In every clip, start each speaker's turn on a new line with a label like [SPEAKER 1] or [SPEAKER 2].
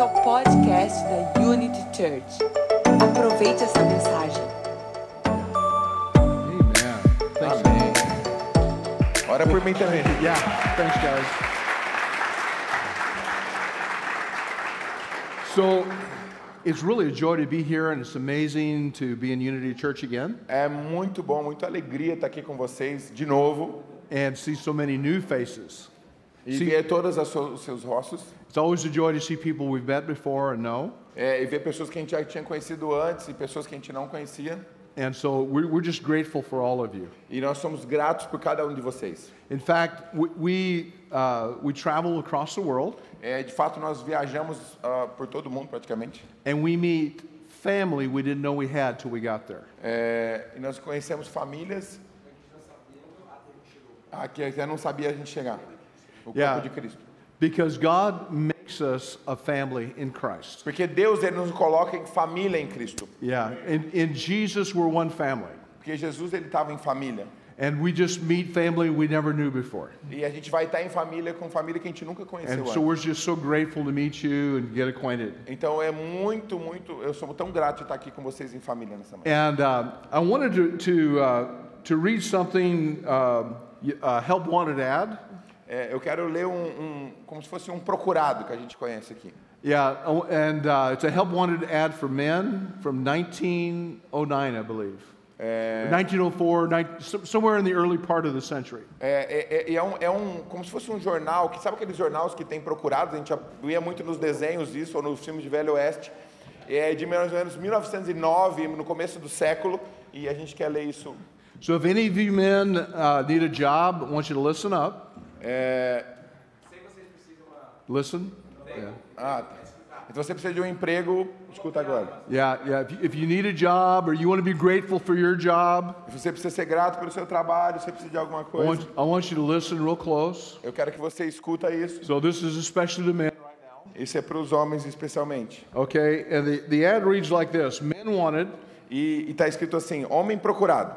[SPEAKER 1] ao podcast da Unity Church. Aproveite essa mensagem.
[SPEAKER 2] Amen. Thanks,
[SPEAKER 3] Amém. Ora por mim também.
[SPEAKER 2] guys. Yeah, thanks, guys. So, it's really a joy to be here, and it's amazing to be in Unity Church again
[SPEAKER 3] É muito bom, muita alegria estar aqui com vocês de novo
[SPEAKER 2] and see so many new faces.
[SPEAKER 3] e
[SPEAKER 2] Sim.
[SPEAKER 3] ver todos os seus rostos
[SPEAKER 2] It's always a joy to see people we've met before and know.
[SPEAKER 3] é, e ver pessoas que a gente já tinha conhecido antes e pessoas que a gente não conhecia.
[SPEAKER 2] And so, we're, we're just grateful for all of you.
[SPEAKER 3] E nós somos gratos por cada um de vocês.
[SPEAKER 2] In fact, we, we, uh, we travel across the world
[SPEAKER 3] É, de fato, nós viajamos ah, por todo mundo praticamente
[SPEAKER 2] and we meet family we didn't know we had till we got there.
[SPEAKER 3] É, e nós conhecemos famílias ah, que até não sabia a gente chegar. O corpo
[SPEAKER 2] Yeah.
[SPEAKER 3] de Cristo.
[SPEAKER 2] Because God makes us a family in Christ.
[SPEAKER 3] Porque Deus ele nos coloca em família em Cristo.
[SPEAKER 2] Yeah, in, in Jesus, we're one family.
[SPEAKER 3] Porque Jesus ele estava em família.
[SPEAKER 2] And we just meet family we never knew before.
[SPEAKER 3] E a gente vai estar em família com família que a gente nunca conheceu
[SPEAKER 2] And
[SPEAKER 3] antes.
[SPEAKER 2] so we're just so grateful to meet you and get acquainted.
[SPEAKER 3] Então é muito, muito. Eu sou tão grato de estar aqui com vocês em família nessa manhã.
[SPEAKER 2] And uh, I wanted to, to, uh, to read something uh, y- uh, Help Wanted ad.
[SPEAKER 3] É, eu quero ler um, um- como se fosse um procurado que a gente conhece aqui.
[SPEAKER 2] Yeah, oh, and uh, it's a Help Wanted ad for men from 1909, I believe. 1904, nine- so- somewhere in the early part of the century.
[SPEAKER 3] É, é, é, é um, é um- como se fosse um jornal. Que, sabe aqueles jornais que tem procurados? A gente via muito nos desenhos isso ou nos filmes de Velho Oeste. É de mais ou menos 1909, no começo do século. E a gente quer ler isso.
[SPEAKER 2] So if any of you men uh, need a job, I want you to listen up. Uh, Listen. Yeah.
[SPEAKER 3] Ah, tá. Então você precisa de um emprego. Escuta agora.
[SPEAKER 2] Yeah, yeah. If you, if you need a job or you want to be grateful for your job,
[SPEAKER 3] Você precisa ser grato pelo seu trabalho. Você precisa de alguma
[SPEAKER 2] I
[SPEAKER 3] coisa.
[SPEAKER 2] want, I want you to listen real close.
[SPEAKER 3] Eu quero que você escuta isso.
[SPEAKER 2] So this is especially to men.
[SPEAKER 3] Isso é para os homens especialmente.
[SPEAKER 2] Okay, and the, the ad reads like this Men wanted
[SPEAKER 3] E está escrito assim: homem procurado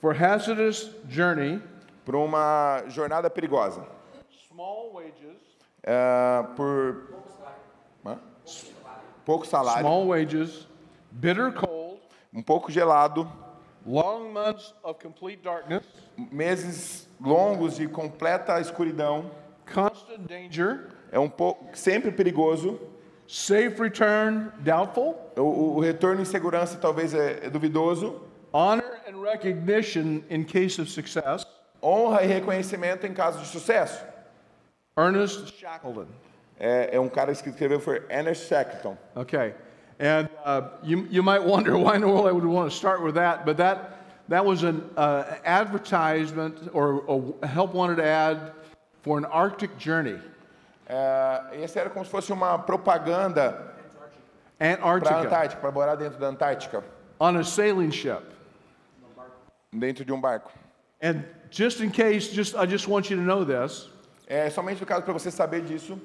[SPEAKER 2] for hazardous journey,
[SPEAKER 3] por uma jornada perigosa,
[SPEAKER 2] small wages,
[SPEAKER 3] ah, por Hã? pouco salário,
[SPEAKER 2] small wages, bitter cold,
[SPEAKER 3] um pouco gelado,
[SPEAKER 2] long months of complete darkness,
[SPEAKER 3] meses longos de completa escuridão,
[SPEAKER 2] constant danger,
[SPEAKER 3] é um pouco sempre perigoso.
[SPEAKER 2] safe return doubtful,
[SPEAKER 3] O, o- o retorno em segurança talvez é, é duvidoso.
[SPEAKER 2] honor and recognition in case of success,
[SPEAKER 3] Honra e reconhecimento em caso de sucesso.
[SPEAKER 2] Ernest Shackleton.
[SPEAKER 3] É, é um cara que escreveu foi Ernest Shackleton.
[SPEAKER 2] Okay, and uh, you, you might wonder why in the world I would want to start with that, but that that was an uh, advertisement or a help wanted ad for an Arctic journey,
[SPEAKER 3] É, esse era como se fosse uma propaganda Para a
[SPEAKER 2] Antarctica,
[SPEAKER 3] Antártica, para morar dentro da Antártica,
[SPEAKER 2] on a sailing ship.
[SPEAKER 3] dentro de um barco.
[SPEAKER 2] And just in case, just I just want you to know this:
[SPEAKER 3] É somente no caso para você saber disso,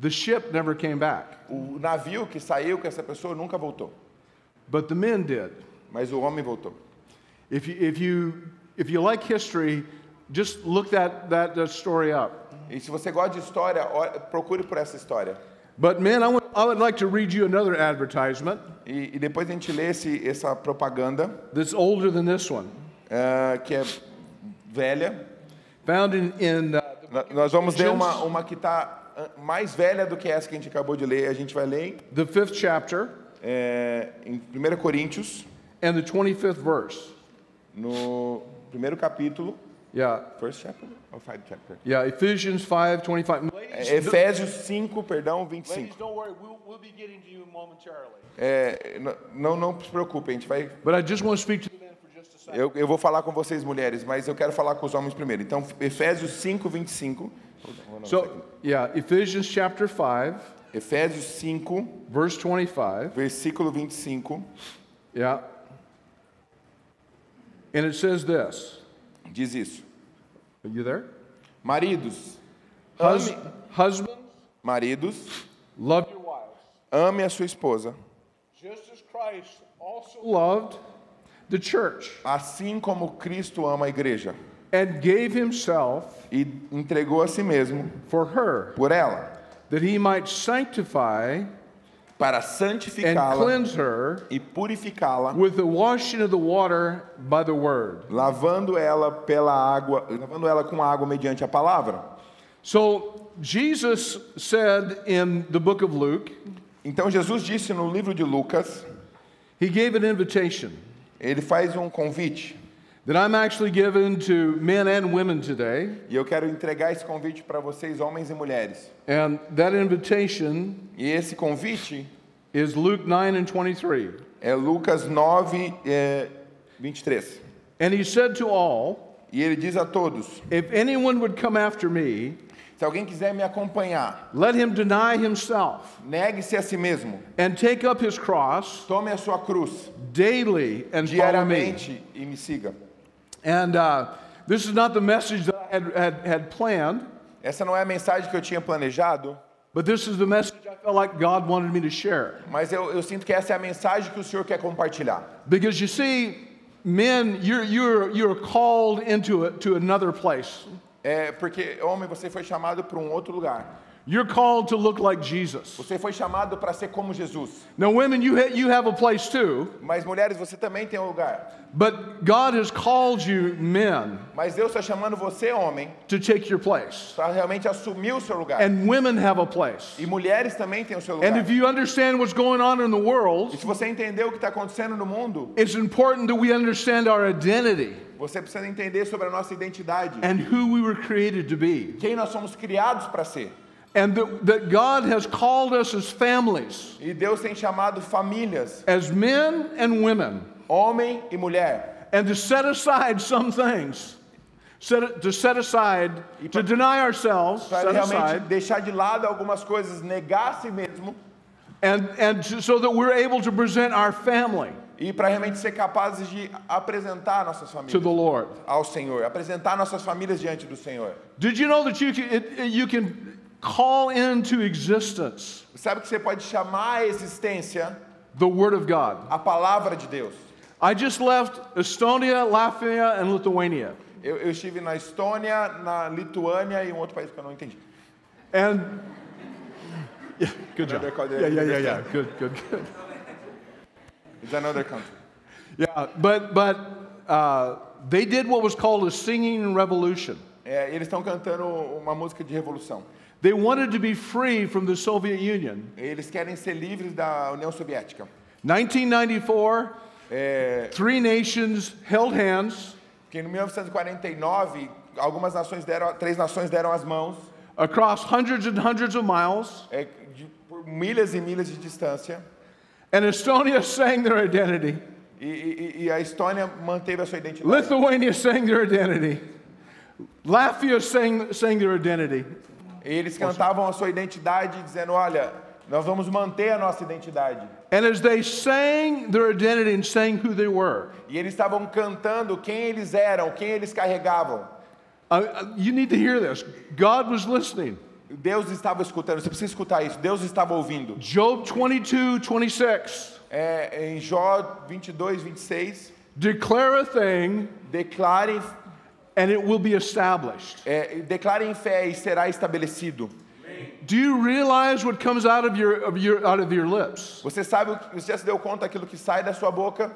[SPEAKER 2] the ship never came back,
[SPEAKER 3] o navio que saiu com essa pessoa nunca voltou,
[SPEAKER 2] but the men did.
[SPEAKER 3] mas o homem voltou.
[SPEAKER 2] If you if you if you like history, just look that that, that story up.
[SPEAKER 3] E se você gosta de história, ó- procure por essa história.
[SPEAKER 2] But men, I would, I would like to read you another advertisement
[SPEAKER 3] E, e depois a gente lê esse, essa propaganda,
[SPEAKER 2] that's older than this one.
[SPEAKER 3] ah, que é velha.
[SPEAKER 2] Found in, in uh,
[SPEAKER 3] Nó- Nós vamos ler uma, uma que está mais velha do que essa que a gente acabou de ler. A gente vai ler
[SPEAKER 2] the fifth chapter
[SPEAKER 3] é, em 1 Coríntios,
[SPEAKER 2] and the 25th verse.
[SPEAKER 3] no primeiro capítulo.
[SPEAKER 2] Yeah,
[SPEAKER 3] First chapter or five chapter?
[SPEAKER 2] yeah, Ephesians 5 25.
[SPEAKER 3] É,
[SPEAKER 2] Ladies,
[SPEAKER 3] Efésios 5, perdão, 25.
[SPEAKER 2] don't worry, we'll, we'll be getting to you momentarily.
[SPEAKER 3] É, n- não, não se preocupe, a gente vai.
[SPEAKER 2] But I just want to speak to you
[SPEAKER 3] Eu, eu vou falar com vocês, mulheres, mas eu quero falar com os homens primeiro. Então, Efésios 5, 25.
[SPEAKER 2] So, yeah, Ephesians chapter 5,
[SPEAKER 3] Efésios 5,
[SPEAKER 2] verse 25.
[SPEAKER 3] versículo 25,
[SPEAKER 2] Yeah. And it says this.
[SPEAKER 3] diz isso:
[SPEAKER 2] Are you there?
[SPEAKER 3] Maridos,
[SPEAKER 2] Hus-
[SPEAKER 3] ame,
[SPEAKER 2] husbands,
[SPEAKER 3] maridos,
[SPEAKER 2] love your wives,
[SPEAKER 3] ame a sua esposa,
[SPEAKER 2] just as Christ also loved the church
[SPEAKER 3] assim como Cristo ama a igreja,
[SPEAKER 2] and gave himself
[SPEAKER 3] e entregou a si mesmo
[SPEAKER 2] for her,
[SPEAKER 3] por ela,
[SPEAKER 2] that he might sanctify
[SPEAKER 3] para
[SPEAKER 2] and
[SPEAKER 3] santificá-la
[SPEAKER 2] cleanse her
[SPEAKER 3] e purificá-la,
[SPEAKER 2] with the washing of the water by the word.
[SPEAKER 3] lavando ela pela água, lavando ela com água mediante a palavra.
[SPEAKER 2] So Jesus said in the book of Luke,
[SPEAKER 3] Então Jesus disse no livro de Lucas,
[SPEAKER 2] he gave an invitation
[SPEAKER 3] ele faz um convite,
[SPEAKER 2] that I'm actually giving to men and women today.
[SPEAKER 3] e eu quero entregar esse convite para vocês, homens e mulheres.
[SPEAKER 2] And that invitation
[SPEAKER 3] E esse convite
[SPEAKER 2] is Luke 9 and 23.
[SPEAKER 3] é Lucas 9, é, 23.
[SPEAKER 2] And he said to all,
[SPEAKER 3] E ele diz a todos:
[SPEAKER 2] If anyone would come after me,
[SPEAKER 3] se alguém quiser me acompanhar,
[SPEAKER 2] let him deny himself
[SPEAKER 3] negue-se a si mesmo,
[SPEAKER 2] and take up his cross
[SPEAKER 3] tome a sua cruz
[SPEAKER 2] daily and follow me.
[SPEAKER 3] diariamente e me siga.
[SPEAKER 2] And uh, this is not the message that I had, had, had planned,
[SPEAKER 3] Essa não é a mensagem que eu tinha planejado,
[SPEAKER 2] but this is the message I felt like God wanted me to share.
[SPEAKER 3] mas eu, eu sinto que essa é a mensagem que o Senhor quer compartilhar.
[SPEAKER 2] Because you see, men, you're, you're, you're called into a, to another place.
[SPEAKER 3] É porque, homem, você foi chamado para um outro lugar.
[SPEAKER 2] You're called to look like Jesus.
[SPEAKER 3] Você foi chamado para ser como Jesus.
[SPEAKER 2] Now, women, you, ha- you have a place too,
[SPEAKER 3] Mas, mulheres, você também tem um lugar.
[SPEAKER 2] but God has called you, men,
[SPEAKER 3] Mas Deus está chamando você, homem,
[SPEAKER 2] to take your place.
[SPEAKER 3] para realmente assumir o seu lugar.
[SPEAKER 2] And women have a place.
[SPEAKER 3] E mulheres também têm o seu lugar.
[SPEAKER 2] And if you understand what's going on in the
[SPEAKER 3] E
[SPEAKER 2] world,
[SPEAKER 3] se você entender o que está acontecendo no mundo,
[SPEAKER 2] it's important that we understand our identity
[SPEAKER 3] você precisa entender sobre a nossa identidade.
[SPEAKER 2] and who we were created to be.
[SPEAKER 3] Quem nós somos criados para ser.
[SPEAKER 2] And that, that God has called us as families,
[SPEAKER 3] E Deus tem chamado famílias,
[SPEAKER 2] as men and women,
[SPEAKER 3] homem e mulher,
[SPEAKER 2] and to set aside some things. Set, to set aside, to deny ourselves,
[SPEAKER 3] para
[SPEAKER 2] set
[SPEAKER 3] realmente
[SPEAKER 2] aside,
[SPEAKER 3] deixar de lado algumas coisas, negar a si mesmo
[SPEAKER 2] and, and to- so that we're able to present our family
[SPEAKER 3] e para realmente ser capazes de apresentar nossas
[SPEAKER 2] to the
[SPEAKER 3] famílias
[SPEAKER 2] Lord.
[SPEAKER 3] ao Senhor, apresentar nossas famílias diante do Senhor.
[SPEAKER 2] Did you know that you can, it, it- you can call into existence
[SPEAKER 3] Sabe que você pode chamar à existência
[SPEAKER 2] the Word of God?
[SPEAKER 3] a palavra de Deus.
[SPEAKER 2] I just left Estonia, Latvia, and Lithuania.
[SPEAKER 3] Eu, eu estive na Estônia, na Lituânia e um outro país que eu não entendi.
[SPEAKER 2] And yeah, good job.
[SPEAKER 3] Another country.
[SPEAKER 2] Yeah, yeah, yeah, yeah. Good, good, good.
[SPEAKER 3] It's another country.
[SPEAKER 2] Yeah, but but uh, they did what was called a singing revolution.
[SPEAKER 3] É, eles estão cantando uma música de revolução.
[SPEAKER 2] They wanted to be free from the Soviet Union.
[SPEAKER 3] Eles querem ser livres da União Soviética.
[SPEAKER 2] 1994,
[SPEAKER 3] É,
[SPEAKER 2] three nations held hands
[SPEAKER 3] que em 1949 algumas nações deram, três nações deram as mãos
[SPEAKER 2] across hundreds and hundreds of miles,
[SPEAKER 3] é, de, por milhas e milhas de distância.
[SPEAKER 2] and Estonia sang their identity.
[SPEAKER 3] E, e- e a Estônia manteve a sua identidade.
[SPEAKER 2] Lithuania sang their identity. Latvia sang, sang their identity.
[SPEAKER 3] E eles cantavam a sua identidade dizendo, olha, nós vamos manter a nossa identidade.
[SPEAKER 2] And as they sang their identity and sang who they were,
[SPEAKER 3] E eles estavam cantando quem eles eram, quem eles carregavam.
[SPEAKER 2] uh, uh, you need to hear this. God was listening.
[SPEAKER 3] Deus estava escutando, você precisa escutar isso. Deus estava ouvindo.
[SPEAKER 2] Job 22, 26.
[SPEAKER 3] É, em Jó 22, 26,
[SPEAKER 2] Declare a thing
[SPEAKER 3] declare,
[SPEAKER 2] and it will be established.
[SPEAKER 3] é, declare em fé e será estabelecido.
[SPEAKER 2] Do you realize what comes out of your, of your, out of your lips?
[SPEAKER 3] Você sabe, o que- você já se deu conta daquilo que sai da sua boca?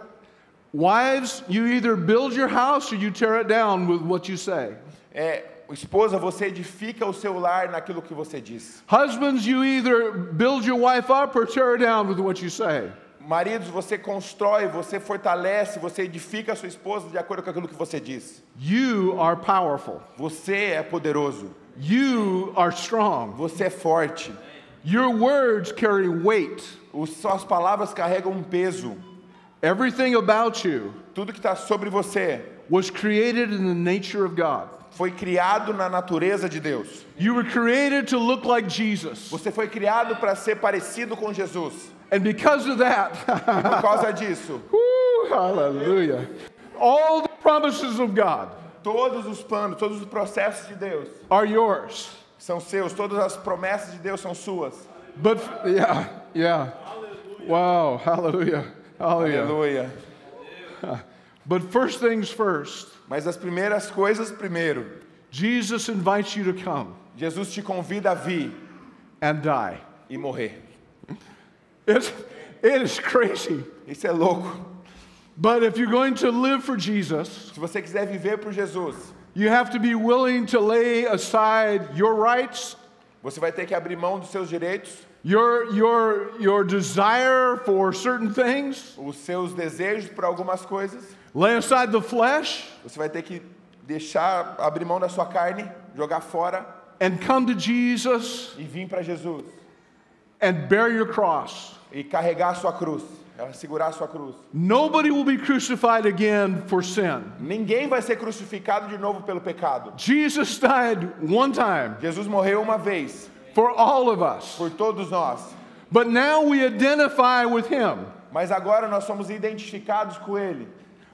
[SPEAKER 2] Wives, you either build your house or you tear it down with what you say.
[SPEAKER 3] É, esposa, você edifica o seu lar naquilo que você diz.
[SPEAKER 2] Husbands, you either build your wife up or tear her down with what you say.
[SPEAKER 3] Maridos, você constrói, você fortalece, você edifica a sua esposa de acordo com aquilo que você diz.
[SPEAKER 2] You are powerful.
[SPEAKER 3] Você é poderoso,
[SPEAKER 2] You are strong.
[SPEAKER 3] você é forte.
[SPEAKER 2] Your words carry weight.
[SPEAKER 3] Os, suas palavras carregam um peso.
[SPEAKER 2] Everything about you
[SPEAKER 3] Tudo que está sobre você
[SPEAKER 2] was created in the nature of God.
[SPEAKER 3] foi criado na natureza de Deus.
[SPEAKER 2] You were created to look like Jesus.
[SPEAKER 3] Você foi criado para ser parecido com Jesus.
[SPEAKER 2] And because of that,
[SPEAKER 3] Por causa disso,
[SPEAKER 2] woo, hallelujah. All the promises of God
[SPEAKER 3] todos os planos, todos os processos de Deus
[SPEAKER 2] are yours.
[SPEAKER 3] são seus, todas as promessas de Deus são suas.
[SPEAKER 2] But yeah, yeah. Wow, hallelujah. Hallelujah.
[SPEAKER 3] Aleluia.
[SPEAKER 2] But first things first,
[SPEAKER 3] Mas as primeiras coisas primeiro.
[SPEAKER 2] Jesus invites you to come
[SPEAKER 3] Jesus te convida a vir
[SPEAKER 2] and die.
[SPEAKER 3] e morrer.
[SPEAKER 2] It's, it is crazy.
[SPEAKER 3] Isso é louco.
[SPEAKER 2] But if you're going to live for Jesus,
[SPEAKER 3] Se você quiser viver por Jesus,
[SPEAKER 2] you have to be willing to lay aside your rights,
[SPEAKER 3] você vai ter que abrir mão dos seus direitos,
[SPEAKER 2] your, your, your desire for certain things,
[SPEAKER 3] os seus desejos por algumas coisas.
[SPEAKER 2] lay aside the flesh,
[SPEAKER 3] Você vai ter que deixar, abrir mão da sua carne, jogar fora
[SPEAKER 2] and come to Jesus
[SPEAKER 3] e vir para Jesus
[SPEAKER 2] and bear your cross.
[SPEAKER 3] e carregar a sua cruz, é, segurar a sua cruz.
[SPEAKER 2] Nobody will be crucified again for sin.
[SPEAKER 3] Ninguém vai ser crucificado de novo pelo pecado.
[SPEAKER 2] Jesus died one time
[SPEAKER 3] Jesus morreu uma vez
[SPEAKER 2] for all of us,
[SPEAKER 3] por todos nós,
[SPEAKER 2] but now we identify with him.
[SPEAKER 3] mas agora nós somos identificados com ele.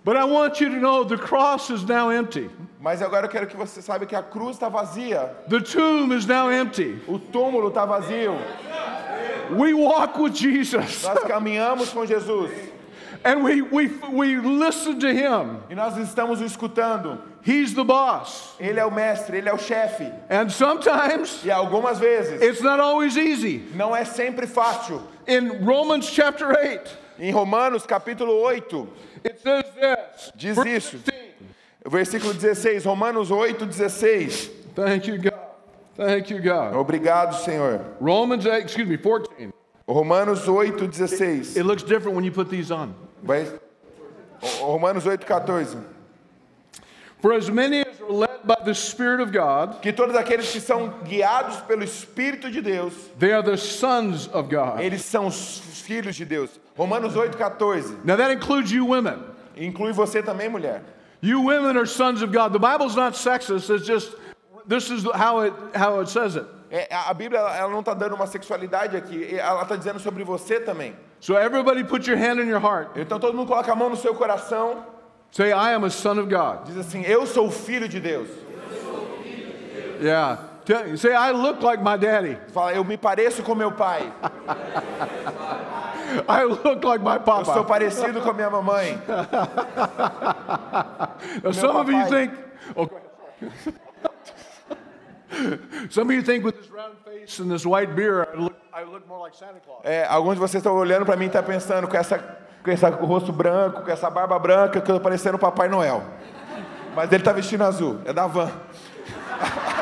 [SPEAKER 2] But I want you to know the cross is now empty.
[SPEAKER 3] Mas agora eu quero que você saiba que a cruz está vazia,
[SPEAKER 2] The tomb is now empty.
[SPEAKER 3] o túmulo está vazio.
[SPEAKER 2] We walk with Jesus
[SPEAKER 3] Nós caminhamos com Jesus
[SPEAKER 2] and we, we, we listen to him.
[SPEAKER 3] e nós estamos o escutando.
[SPEAKER 2] He's the boss.
[SPEAKER 3] Ele é o mestre, ele é o chefe.
[SPEAKER 2] And sometimes
[SPEAKER 3] E algumas vezes
[SPEAKER 2] it's not always easy.
[SPEAKER 3] não é sempre fácil.
[SPEAKER 2] In Romans chapter 8,
[SPEAKER 3] Em Romanos capítulo 8,
[SPEAKER 2] it says this.
[SPEAKER 3] diz
[SPEAKER 2] verse
[SPEAKER 3] isso.
[SPEAKER 2] 16.
[SPEAKER 3] Versículo 16, Romanos 8, 16.
[SPEAKER 2] Thank you, God. Thank you, God.
[SPEAKER 3] Obrigado, Senhor.
[SPEAKER 2] Romans 8, excuse me, 14.
[SPEAKER 3] Romanos 8, 16.
[SPEAKER 2] It looks different when you put these on.
[SPEAKER 3] Vai... O- Romanos 8, 14.
[SPEAKER 2] For as many as are led by the Spirit of God,
[SPEAKER 3] Que todos aqueles que são guiados pelo Espírito de Deus,
[SPEAKER 2] they are the sons of God.
[SPEAKER 3] eles são os filhos de Deus. Romanos 8, 14.
[SPEAKER 2] Now that includes you women.
[SPEAKER 3] Inclui você também, mulher.
[SPEAKER 2] You women are sons of God. The Bible's not sexist, it's just this is how it how it says it.
[SPEAKER 3] É, a a Bíblia ela ela não está dando uma sexualidade aqui, ela está dizendo sobre você também.
[SPEAKER 2] So everybody put your hand on your heart.
[SPEAKER 3] Então todo mundo coloca a mão no seu coração,
[SPEAKER 2] Say, I am a son of God.
[SPEAKER 3] diz assim: Eu sou o filho de Deus.
[SPEAKER 2] Yeah. Tell- Say, I look like my daddy.
[SPEAKER 3] Fala, eu me pareço com meu pai.
[SPEAKER 2] I look like my
[SPEAKER 3] Eu sou
[SPEAKER 2] papa.
[SPEAKER 3] parecido com a minha mamãe.
[SPEAKER 2] Now, some of you
[SPEAKER 3] papai.
[SPEAKER 2] think, okay. some of you think with this round face and this white beard, I look, I look more like Santa Claus.
[SPEAKER 3] É, alguns de vocês estão olhando para mim e estão pensando com essa, com esse rosto branco, com essa barba branca, que eu tô parecendo o Papai Noel. Mas ele tá vestindo azul, é da van.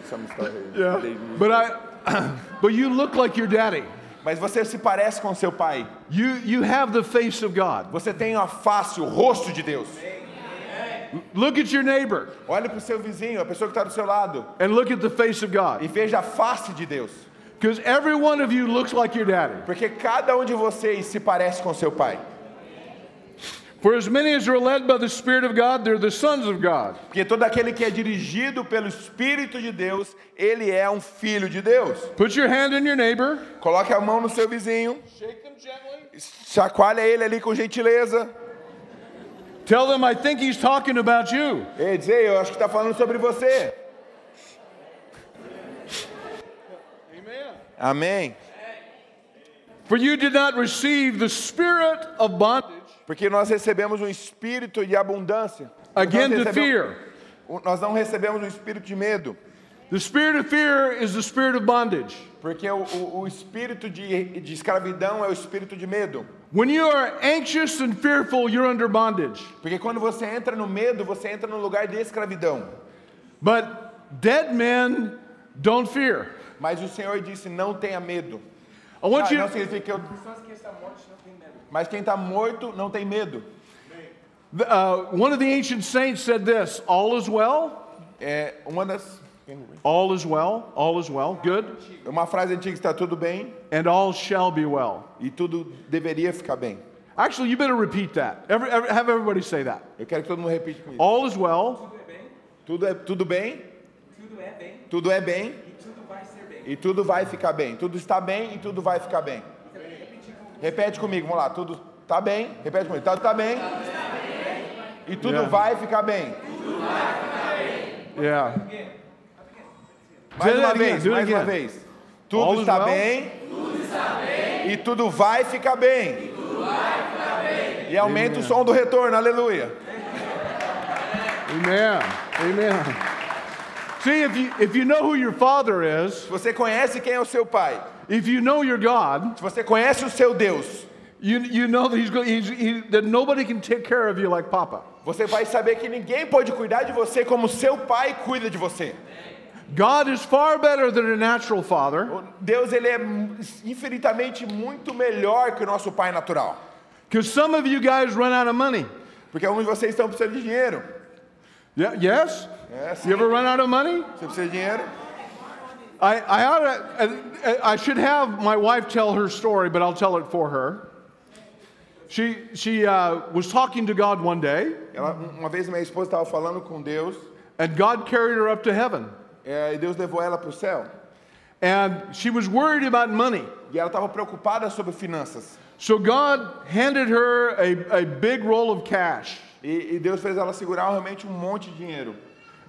[SPEAKER 3] É.
[SPEAKER 2] Yeah. But I, but you look like your daddy.
[SPEAKER 3] Mas você se parece com seu pai.
[SPEAKER 2] You you have the face of God.
[SPEAKER 3] Você tem a face, o rosto de Deus.
[SPEAKER 2] Look at your neighbor
[SPEAKER 3] Olhe para o seu vizinho, a pessoa que está do seu lado,
[SPEAKER 2] and look at the face of God.
[SPEAKER 3] e veja a face de Deus.
[SPEAKER 2] Because every one of you looks like your daddy.
[SPEAKER 3] Porque cada um de vocês se parece com seu pai.
[SPEAKER 2] For as many as are led by the Spirit of God, they're the sons of God.
[SPEAKER 3] Porque todo aquele que é dirigido pelo Espírito de Deus, ele é um filho de Deus.
[SPEAKER 2] Put your hand on your neighbor.
[SPEAKER 3] Coloque a mão no seu vizinho,
[SPEAKER 2] Shake them gently.
[SPEAKER 3] chacoalha ele ali com gentileza.
[SPEAKER 2] Tell them, I think he's talking about you.
[SPEAKER 3] Ei, diz, "Ei, eu acho que tá falando sobre você. Amém.
[SPEAKER 2] For you did not receive the spirit of bondage
[SPEAKER 3] Porque nós recebemos um espírito de abundância. Nós
[SPEAKER 2] again
[SPEAKER 3] não
[SPEAKER 2] to
[SPEAKER 3] recebemos-
[SPEAKER 2] fear.
[SPEAKER 3] o- Nós não recebemos um espírito de medo.
[SPEAKER 2] The spirit of fear is the spirit of bondage.
[SPEAKER 3] Porque o, o- o espírito de, de escravidão é o espírito de medo.
[SPEAKER 2] When you are anxious and fearful, you're under bondage.
[SPEAKER 3] Porque quando você entra no medo, você entra no lugar de escravidão.
[SPEAKER 2] But dead men don't fear.
[SPEAKER 3] Mas o Senhor disse: não tenha medo.
[SPEAKER 2] I want
[SPEAKER 3] Ah,
[SPEAKER 2] you
[SPEAKER 3] não
[SPEAKER 2] to
[SPEAKER 3] significa que eu... Mas quem está morto não tem medo.
[SPEAKER 2] Uh, one of the ancient saints said this All is well,
[SPEAKER 3] É uma das
[SPEAKER 2] all is well, all is well, good,
[SPEAKER 3] uma frase antiga está tudo bem
[SPEAKER 2] and all shall be well.
[SPEAKER 3] e tudo deveria ficar bem.
[SPEAKER 2] Actually, you better repeat that. Every, every- have everybody say that.
[SPEAKER 3] Eu quero que todo mundo repita comigo.
[SPEAKER 2] All is well,
[SPEAKER 3] Tudo é tudo bem,
[SPEAKER 1] Tudo é bem
[SPEAKER 3] tudo é bem
[SPEAKER 1] e tudo vai ser bem.
[SPEAKER 3] e tudo vai ficar bem. Tudo está bem e tudo vai ficar bem. Repete comigo, vamos lá. Tudo tá bem. Repete comigo. Tá, tá bem. E tudo
[SPEAKER 2] Yeah.
[SPEAKER 3] vai ficar bem.
[SPEAKER 2] yeah.
[SPEAKER 3] Mais
[SPEAKER 2] Do it
[SPEAKER 3] uma
[SPEAKER 2] again,
[SPEAKER 3] vez,
[SPEAKER 2] do it
[SPEAKER 3] mais uma
[SPEAKER 2] again.
[SPEAKER 3] vez. Tudo
[SPEAKER 2] All is
[SPEAKER 3] está
[SPEAKER 2] well?
[SPEAKER 3] bem. E tudo vai ficar bem. E aumenta o som do retorno, aleluia.
[SPEAKER 2] Amen. Amen. See, if you, if you know who your father is,
[SPEAKER 3] Se você conhece quem é o seu pai,
[SPEAKER 2] if you know your God,
[SPEAKER 3] se você conhece o seu Deus,
[SPEAKER 2] you, you know that, he's, go- he's, he, that nobody can take care of you like Papa.
[SPEAKER 3] você vai saber que ninguém pode cuidar de você como seu pai cuida de você.
[SPEAKER 2] God is far better than a natural father
[SPEAKER 3] O Deus ele é mu- infinitamente muito melhor que o nosso pai natural.
[SPEAKER 2] because some of you guys run out of money.
[SPEAKER 3] Porque alguns de vocês estão precisando de dinheiro.
[SPEAKER 2] Yeah, yes?
[SPEAKER 3] É, sim.
[SPEAKER 2] You ever run out of money?
[SPEAKER 3] Você precisa de dinheiro?
[SPEAKER 2] I, I, ought to, I should have my wife tell her story, but I'll tell it for her. She, she uh, was talking to God one day,
[SPEAKER 3] Ela, um- uma vez minha esposa estava falando com Deus
[SPEAKER 2] and God carried her up to heaven.
[SPEAKER 3] é, e Deus levou ela para o céu.
[SPEAKER 2] And she was worried about money.
[SPEAKER 3] E ela estava preocupada sobre finanças.
[SPEAKER 2] So God handed her a, a big roll of cash.
[SPEAKER 3] E, e Deus fez ela segurar realmente um monte de dinheiro.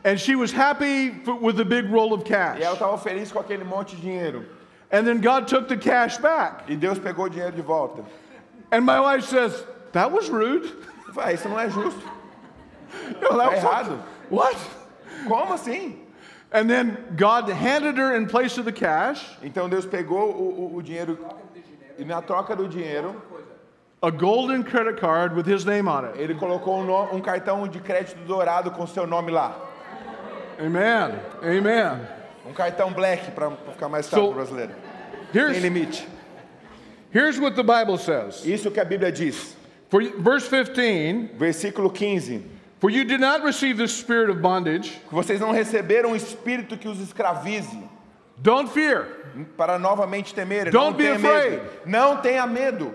[SPEAKER 2] And she was happy for, with the big roll of
[SPEAKER 3] E ela
[SPEAKER 2] cash.
[SPEAKER 3] estava feliz com aquele monte de dinheiro.
[SPEAKER 2] And then God took the cash back.
[SPEAKER 3] E Deus pegou o dinheiro de volta.
[SPEAKER 2] And my wife says, That was rude.
[SPEAKER 3] Eu falei, "Ah, isso não é justo.
[SPEAKER 2] No, that
[SPEAKER 3] Tá
[SPEAKER 2] was
[SPEAKER 3] errado.
[SPEAKER 2] What?
[SPEAKER 3] Como assim?
[SPEAKER 2] And then God handed her in place of the cash
[SPEAKER 3] Então Deus pegou o, o- o dinheiro e na troca do dinheiro
[SPEAKER 2] a golden credit card with his name on it.
[SPEAKER 3] Ele colocou um, no- um cartão de crédito dourado com seu nome lá.
[SPEAKER 2] Amen. Amen.
[SPEAKER 3] Um cartão black, para ficar mais caro
[SPEAKER 2] So-
[SPEAKER 3] pro brasileiro. Sem
[SPEAKER 2] Here's,
[SPEAKER 3] limite.
[SPEAKER 2] here's what the Bible says.
[SPEAKER 3] Isso que a Bíblia diz.
[SPEAKER 2] For verse 15,
[SPEAKER 3] Versículo 15.
[SPEAKER 2] for you did not receive the spirit of bondage.
[SPEAKER 3] Que vocês não receberam um espírito que os escravize
[SPEAKER 2] Don't fear.
[SPEAKER 3] para novamente temerem.
[SPEAKER 2] Don't
[SPEAKER 3] não
[SPEAKER 2] be
[SPEAKER 3] tenha
[SPEAKER 2] afraid.
[SPEAKER 3] medo. Não tenha medo.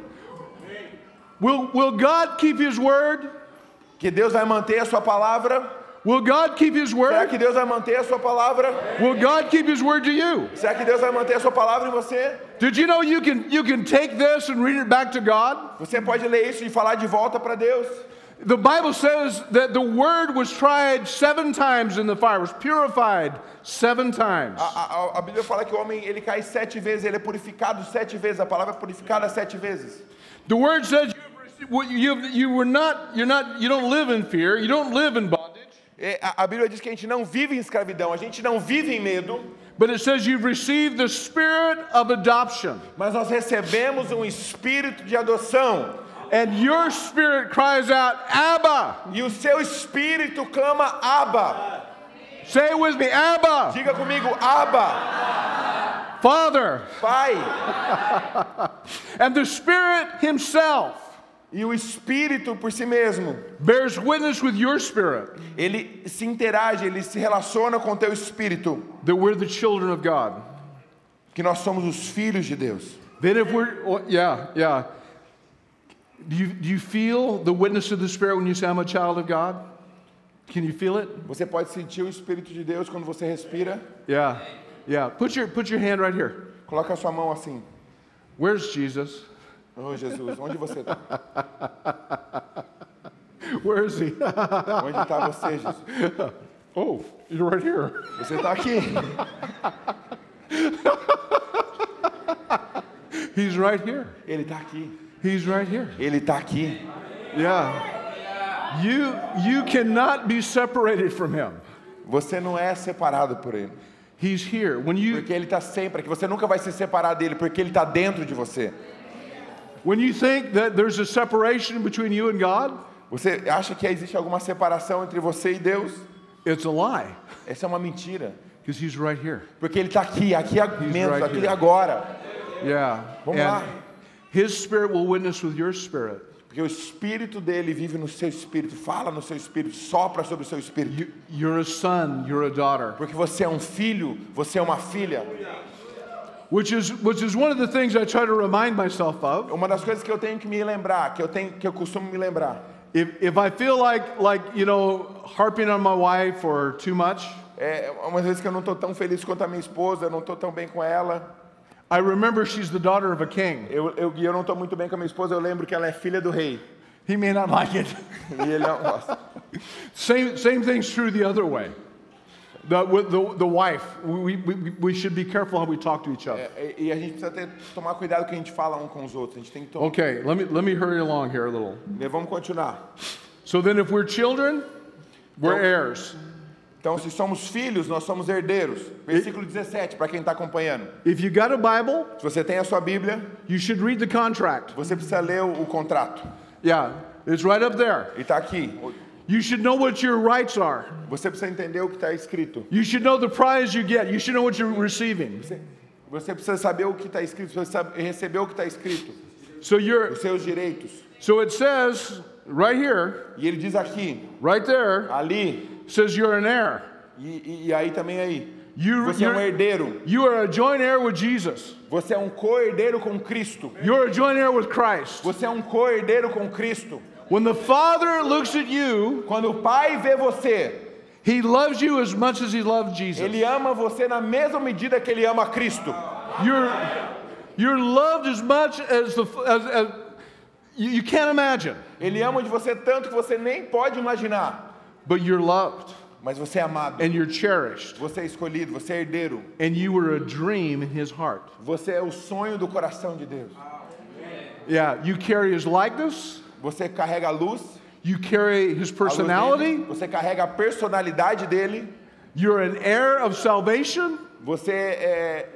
[SPEAKER 2] Will, will God keep his word?
[SPEAKER 3] Que Deus vai manter a sua palavra.
[SPEAKER 2] Will God keep his
[SPEAKER 3] Será
[SPEAKER 2] word?
[SPEAKER 3] que Deus vai manter a sua palavra?
[SPEAKER 2] Will God keep his word to you?
[SPEAKER 3] Será que Deus vai manter a sua palavra em você?
[SPEAKER 2] Did you know you can, you can take this and read it back to God?
[SPEAKER 3] Você pode ler isso e falar de volta para Deus.
[SPEAKER 2] The Bible says that the word was tried seven times in the fire, was purified seven times.
[SPEAKER 3] A, a- a Bíblia fala que o homem ele cai sete vezes, ele é purificado sete vezes. A palavra é purificada sete vezes.
[SPEAKER 2] The word says you, what you, you were not, you're not, you don't live in fear, you don't live in bondage,
[SPEAKER 3] É, a, a Bíblia diz que a gente não vive em escravidão, a gente não vive em medo,
[SPEAKER 2] but it says you've received the spirit of adoption.
[SPEAKER 3] mas nós recebemos um espírito de adoção.
[SPEAKER 2] And your spirit cries out, Abba!
[SPEAKER 3] E o seu espírito clama Abba.
[SPEAKER 2] Say it with me, Abba!
[SPEAKER 3] Diga comigo, Abba,
[SPEAKER 2] Father!
[SPEAKER 3] Pai.
[SPEAKER 2] And the Spirit Himself
[SPEAKER 3] E o espírito por si mesmo,
[SPEAKER 2] bears witness with your spirit
[SPEAKER 3] ele se interage, ele se relaciona com o teu espírito,
[SPEAKER 2] that we're the children of God.
[SPEAKER 3] que nós somos os filhos de Deus.
[SPEAKER 2] Then, if we're, oh, yeah, yeah. Do you, do you feel the witness of the Spirit when you say, I'm a child of God? Can you feel it?
[SPEAKER 3] Você pode sentir o espírito de Deus quando você respira.
[SPEAKER 2] Yeah, yeah. Put your, put your hand right here.
[SPEAKER 3] Coloca a sua mão assim.
[SPEAKER 2] Where's Jesus?
[SPEAKER 3] Ô Oh, Jesus, onde você tá? está?
[SPEAKER 2] Where is he?
[SPEAKER 3] Onde está você, Jesus?
[SPEAKER 2] oh, you're right here.
[SPEAKER 3] Você está aqui.
[SPEAKER 2] He's right here.
[SPEAKER 3] Ele está aqui.
[SPEAKER 2] He's right here.
[SPEAKER 3] Ele está aqui.
[SPEAKER 2] Yeah. You, you cannot be separated from him.
[SPEAKER 3] Você não é separado por ele.
[SPEAKER 2] He's here. When you,
[SPEAKER 3] Porque ele está sempre aqui. Você nunca vai se separar dele, porque ele está dentro de você.
[SPEAKER 2] When you think that there's a separation between you and God,
[SPEAKER 3] Você acha que existe alguma separação entre você e Deus?
[SPEAKER 2] it's a lie
[SPEAKER 3] Essa é uma mentira.
[SPEAKER 2] because He's right here.
[SPEAKER 3] Porque ele está aqui, aqui a menos,
[SPEAKER 2] right
[SPEAKER 3] aqui
[SPEAKER 2] here.
[SPEAKER 3] agora.
[SPEAKER 2] Yeah.
[SPEAKER 3] Vamos lá.
[SPEAKER 2] And His spirit will witness with your spirit.
[SPEAKER 3] Porque o espírito dele vive no seu espírito, fala no seu espírito, sopra sobre o seu espírito.
[SPEAKER 2] You, you're a son, you're a daughter,
[SPEAKER 3] Porque você é um filho, você é uma filha.
[SPEAKER 2] which is, which is one of the things I try to remind myself of.
[SPEAKER 3] Uma das coisas que eu tenho que me lembrar, que eu tenho, que eu costumo me lembrar,
[SPEAKER 2] If, if I feel like, like, you know, harping on my wife or too much,
[SPEAKER 3] é umas vezes que eu não estou tão feliz quanto a minha esposa, eu não estou tão bem com ela,
[SPEAKER 2] I remember she's the daughter of a king.
[SPEAKER 3] eu, eu, e eu não estou muito bem com a minha esposa, eu lembro que ela é filha do rei.
[SPEAKER 2] He may not like it.
[SPEAKER 3] E ele é um não gosta.
[SPEAKER 2] Same, same thing's true the other way. The, with the, the wife, we, we, we- we should be careful how we talk to each other.
[SPEAKER 3] É, e, e a gente precisa ter, tomar cuidado com o que a gente fala um com os outros, a gente tem que tomar.
[SPEAKER 2] Okay, let me, let me hurry along here a little.
[SPEAKER 3] Vamos continuar.
[SPEAKER 2] So then, if we're children, we're heirs.
[SPEAKER 3] Então, se somos filhos, nós somos herdeiros. Versículo 17, para quem está acompanhando.
[SPEAKER 2] If you got a Bible,
[SPEAKER 3] Se você tem a sua Bíblia,
[SPEAKER 2] you should read the contract.
[SPEAKER 3] você precisa ler o, o contrato.
[SPEAKER 2] Yeah, it's right up there.
[SPEAKER 3] E está aqui.
[SPEAKER 2] You should know what your rights are.
[SPEAKER 3] Você precisa entender o que está escrito.
[SPEAKER 2] You should know the prize you get. You should know what you're receiving.
[SPEAKER 3] Você, você precisa saber o que está escrito. Você precisa saber- receber o que está escrito.
[SPEAKER 2] So you're
[SPEAKER 3] Os seus direitos.
[SPEAKER 2] so it says right here,
[SPEAKER 3] E ele diz aqui,
[SPEAKER 2] right there,
[SPEAKER 3] ali,
[SPEAKER 2] says you're an heir.
[SPEAKER 3] e, e- e aí também aí.
[SPEAKER 2] You
[SPEAKER 3] Você é um
[SPEAKER 2] you're,
[SPEAKER 3] herdeiro.
[SPEAKER 2] you are a joint heir with Jesus.
[SPEAKER 3] Você é um co-herdeiro com Cristo.
[SPEAKER 2] You're a joint heir with Christ.
[SPEAKER 3] Você é um co-herdeiro com Cristo.
[SPEAKER 2] When the Father looks at you,
[SPEAKER 3] Quando o Pai vê você,
[SPEAKER 2] He loves you as much as He loved Jesus.
[SPEAKER 3] ele ama você na mesma medida que ele ama Cristo.
[SPEAKER 2] You're you're loved as much as the as, as you, you can't imagine,
[SPEAKER 3] Ele ama de você tanto que você nem pode imaginar.
[SPEAKER 2] but you're loved
[SPEAKER 3] Mas você é amado.
[SPEAKER 2] and you're cherished,
[SPEAKER 3] Você é escolhido, você é herdeiro.
[SPEAKER 2] and you were a dream in His heart.
[SPEAKER 3] Você é o sonho do coração de Deus.
[SPEAKER 2] Yeah, you carry his likeness,
[SPEAKER 3] Você carrega a luz,
[SPEAKER 2] you carry his
[SPEAKER 3] a luz dele,
[SPEAKER 2] personality,
[SPEAKER 3] você carrega a personalidade dele.
[SPEAKER 2] you're an heir of salvation,
[SPEAKER 3] Você é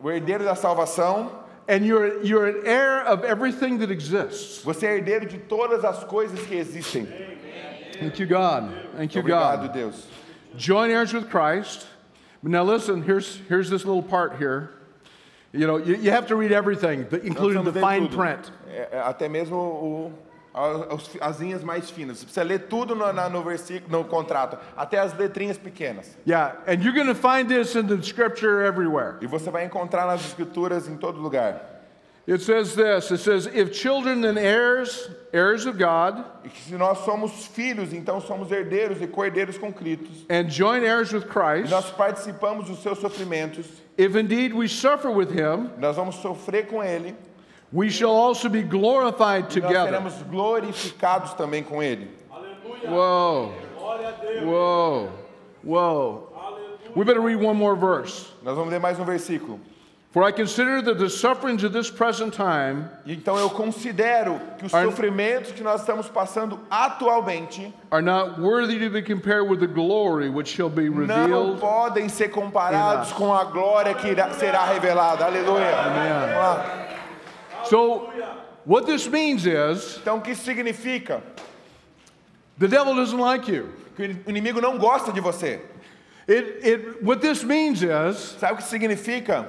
[SPEAKER 3] o herdeiro da salvação.
[SPEAKER 2] and you're, you're an heir of everything that exists.
[SPEAKER 3] Você é herdeiro de todas as coisas que existem.
[SPEAKER 2] Thank you, God. Thank you,
[SPEAKER 3] Obrigado,
[SPEAKER 2] God.
[SPEAKER 3] Deus.
[SPEAKER 2] Join heirs with Christ. Now, listen, here's, here's this little part here. You know, you, you have to read everything, the, including
[SPEAKER 3] Nós
[SPEAKER 2] the
[SPEAKER 3] precisamos ler
[SPEAKER 2] fine
[SPEAKER 3] tudo.
[SPEAKER 2] print.
[SPEAKER 3] É, é, até mesmo o, a- os- as linhas mais finas. Você precisa ler tudo no, na- no versículo, no contrato, até as letrinhas pequenas.
[SPEAKER 2] Yeah, and you're going to find this in the scripture everywhere.
[SPEAKER 3] E você vai encontrar nas escrituras em todo lugar.
[SPEAKER 2] It says this it says, if children, then heirs, heirs of God,
[SPEAKER 3] E que se nós somos filhos, então somos herdeiros e co-herdeiros com Cristo.
[SPEAKER 2] and joint heirs with
[SPEAKER 3] E
[SPEAKER 2] Christ.
[SPEAKER 3] nós participamos dos seus sofrimentos,
[SPEAKER 2] If indeed we suffer with him,
[SPEAKER 3] nós vamos sofrer com Ele,
[SPEAKER 2] we shall also be glorified
[SPEAKER 3] e nós
[SPEAKER 2] together.
[SPEAKER 3] seremos glorificados também com Ele.
[SPEAKER 2] Whoa. Whoa. Whoa. We better read one more verse.
[SPEAKER 3] Nós vamos ler mais um versículo.
[SPEAKER 2] For I consider that the sufferings of this present time
[SPEAKER 3] E Então eu considero que os
[SPEAKER 2] Ar-
[SPEAKER 3] sofrimentos que nós estamos passando atualmente
[SPEAKER 2] are not worthy to be compared with the glory which shall be
[SPEAKER 3] não
[SPEAKER 2] revealed.
[SPEAKER 3] podem ser comparados
[SPEAKER 2] Exato.
[SPEAKER 3] com a glória que irá- será revelada. Aleluia. Vamos lá.
[SPEAKER 2] So, what this means is
[SPEAKER 3] Então, o que isso significa?
[SPEAKER 2] the devil doesn't like you.
[SPEAKER 3] Que o inimigo não gosta de você.
[SPEAKER 2] It, it, what this means is
[SPEAKER 3] Sabe o que isso significa?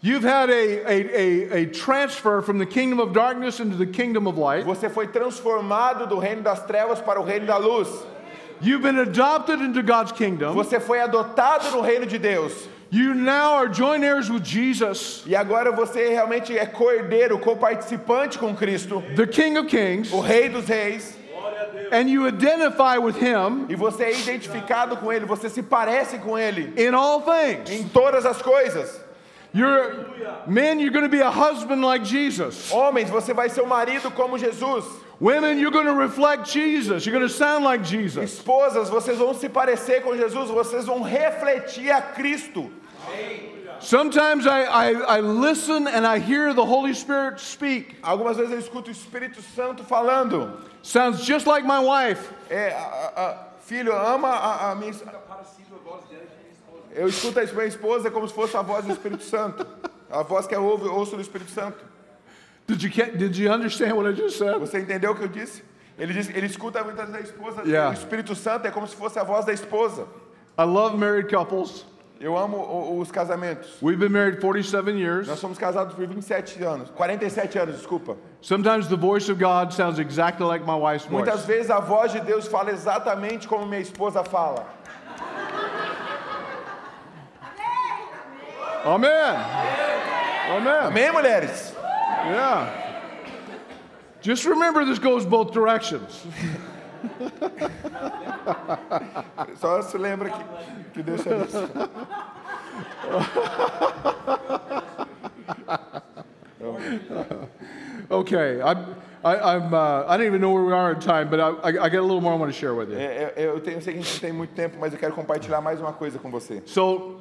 [SPEAKER 2] you've had a, a, a, a transfer from the kingdom of darkness into the kingdom of light.
[SPEAKER 3] Você foi transformado do reino das trevas para o reino da luz.
[SPEAKER 2] You've been adopted into God's kingdom.
[SPEAKER 3] Você foi adotado no reino de Deus.
[SPEAKER 2] You now are joint heirs with Jesus,
[SPEAKER 3] E agora você realmente é cordeiro, co-participante com Cristo,
[SPEAKER 2] the King of Kings,
[SPEAKER 3] o rei dos reis.
[SPEAKER 2] and you identify with him
[SPEAKER 3] E você é identificado com ele, você se parece com ele
[SPEAKER 2] in all
[SPEAKER 3] em
[SPEAKER 2] things.
[SPEAKER 3] todas as coisas.
[SPEAKER 2] You're men, you're going to be a husband like Jesus.
[SPEAKER 3] Homens, você vai ser o marido como Jesus.
[SPEAKER 2] Women, you're going to reflect Jesus. You're going to sound like Jesus.
[SPEAKER 3] Esposas, vocês vão se parecer com Jesus, vocês vão refletir a Cristo.
[SPEAKER 2] Sometimes I, I, I listen and I hear the Holy Spirit speak.
[SPEAKER 3] Algumas vezes eu escuto o Espírito Santo falando:
[SPEAKER 2] Sounds just like my wife.
[SPEAKER 3] é, a- a- a- Filho, ama a, a minha. es- Eu escuto a minha esposa como se fosse a voz do Espírito Santo. A voz que eu ouvo, ouço do Espírito Santo.
[SPEAKER 2] Did you, get, did you understand what I just said?
[SPEAKER 3] Você entendeu o que eu disse? Ele, diz, ele escuta muitas vezes a esposa.
[SPEAKER 2] Yeah.
[SPEAKER 3] O Espírito Santo é como se fosse a voz da esposa.
[SPEAKER 2] I love married couples.
[SPEAKER 3] Eu amo o- os casamentos.
[SPEAKER 2] We've been married 47 years.
[SPEAKER 3] Nós somos casados por 27 anos. 47 anos, desculpa.
[SPEAKER 2] Sometimes the voice of God sounds exactly like my wife's
[SPEAKER 3] Muitas
[SPEAKER 2] voice.
[SPEAKER 3] vezes a voz de Deus fala exatamente como minha esposa fala.
[SPEAKER 2] Amen. Amen.
[SPEAKER 3] Amém, mulheres?
[SPEAKER 2] Yeah. Just remember this goes both directions.
[SPEAKER 3] Só se lembra que, que Deus chama isso.
[SPEAKER 2] Okay. I'm, I, I'm, uh, I don't even know where we are in time, but I, I, I got a little more I want to share with you.
[SPEAKER 3] É, é, eu, tenho, eu sei que a gente tem muito tempo, mas eu quero compartilhar mais uma coisa com você.
[SPEAKER 2] So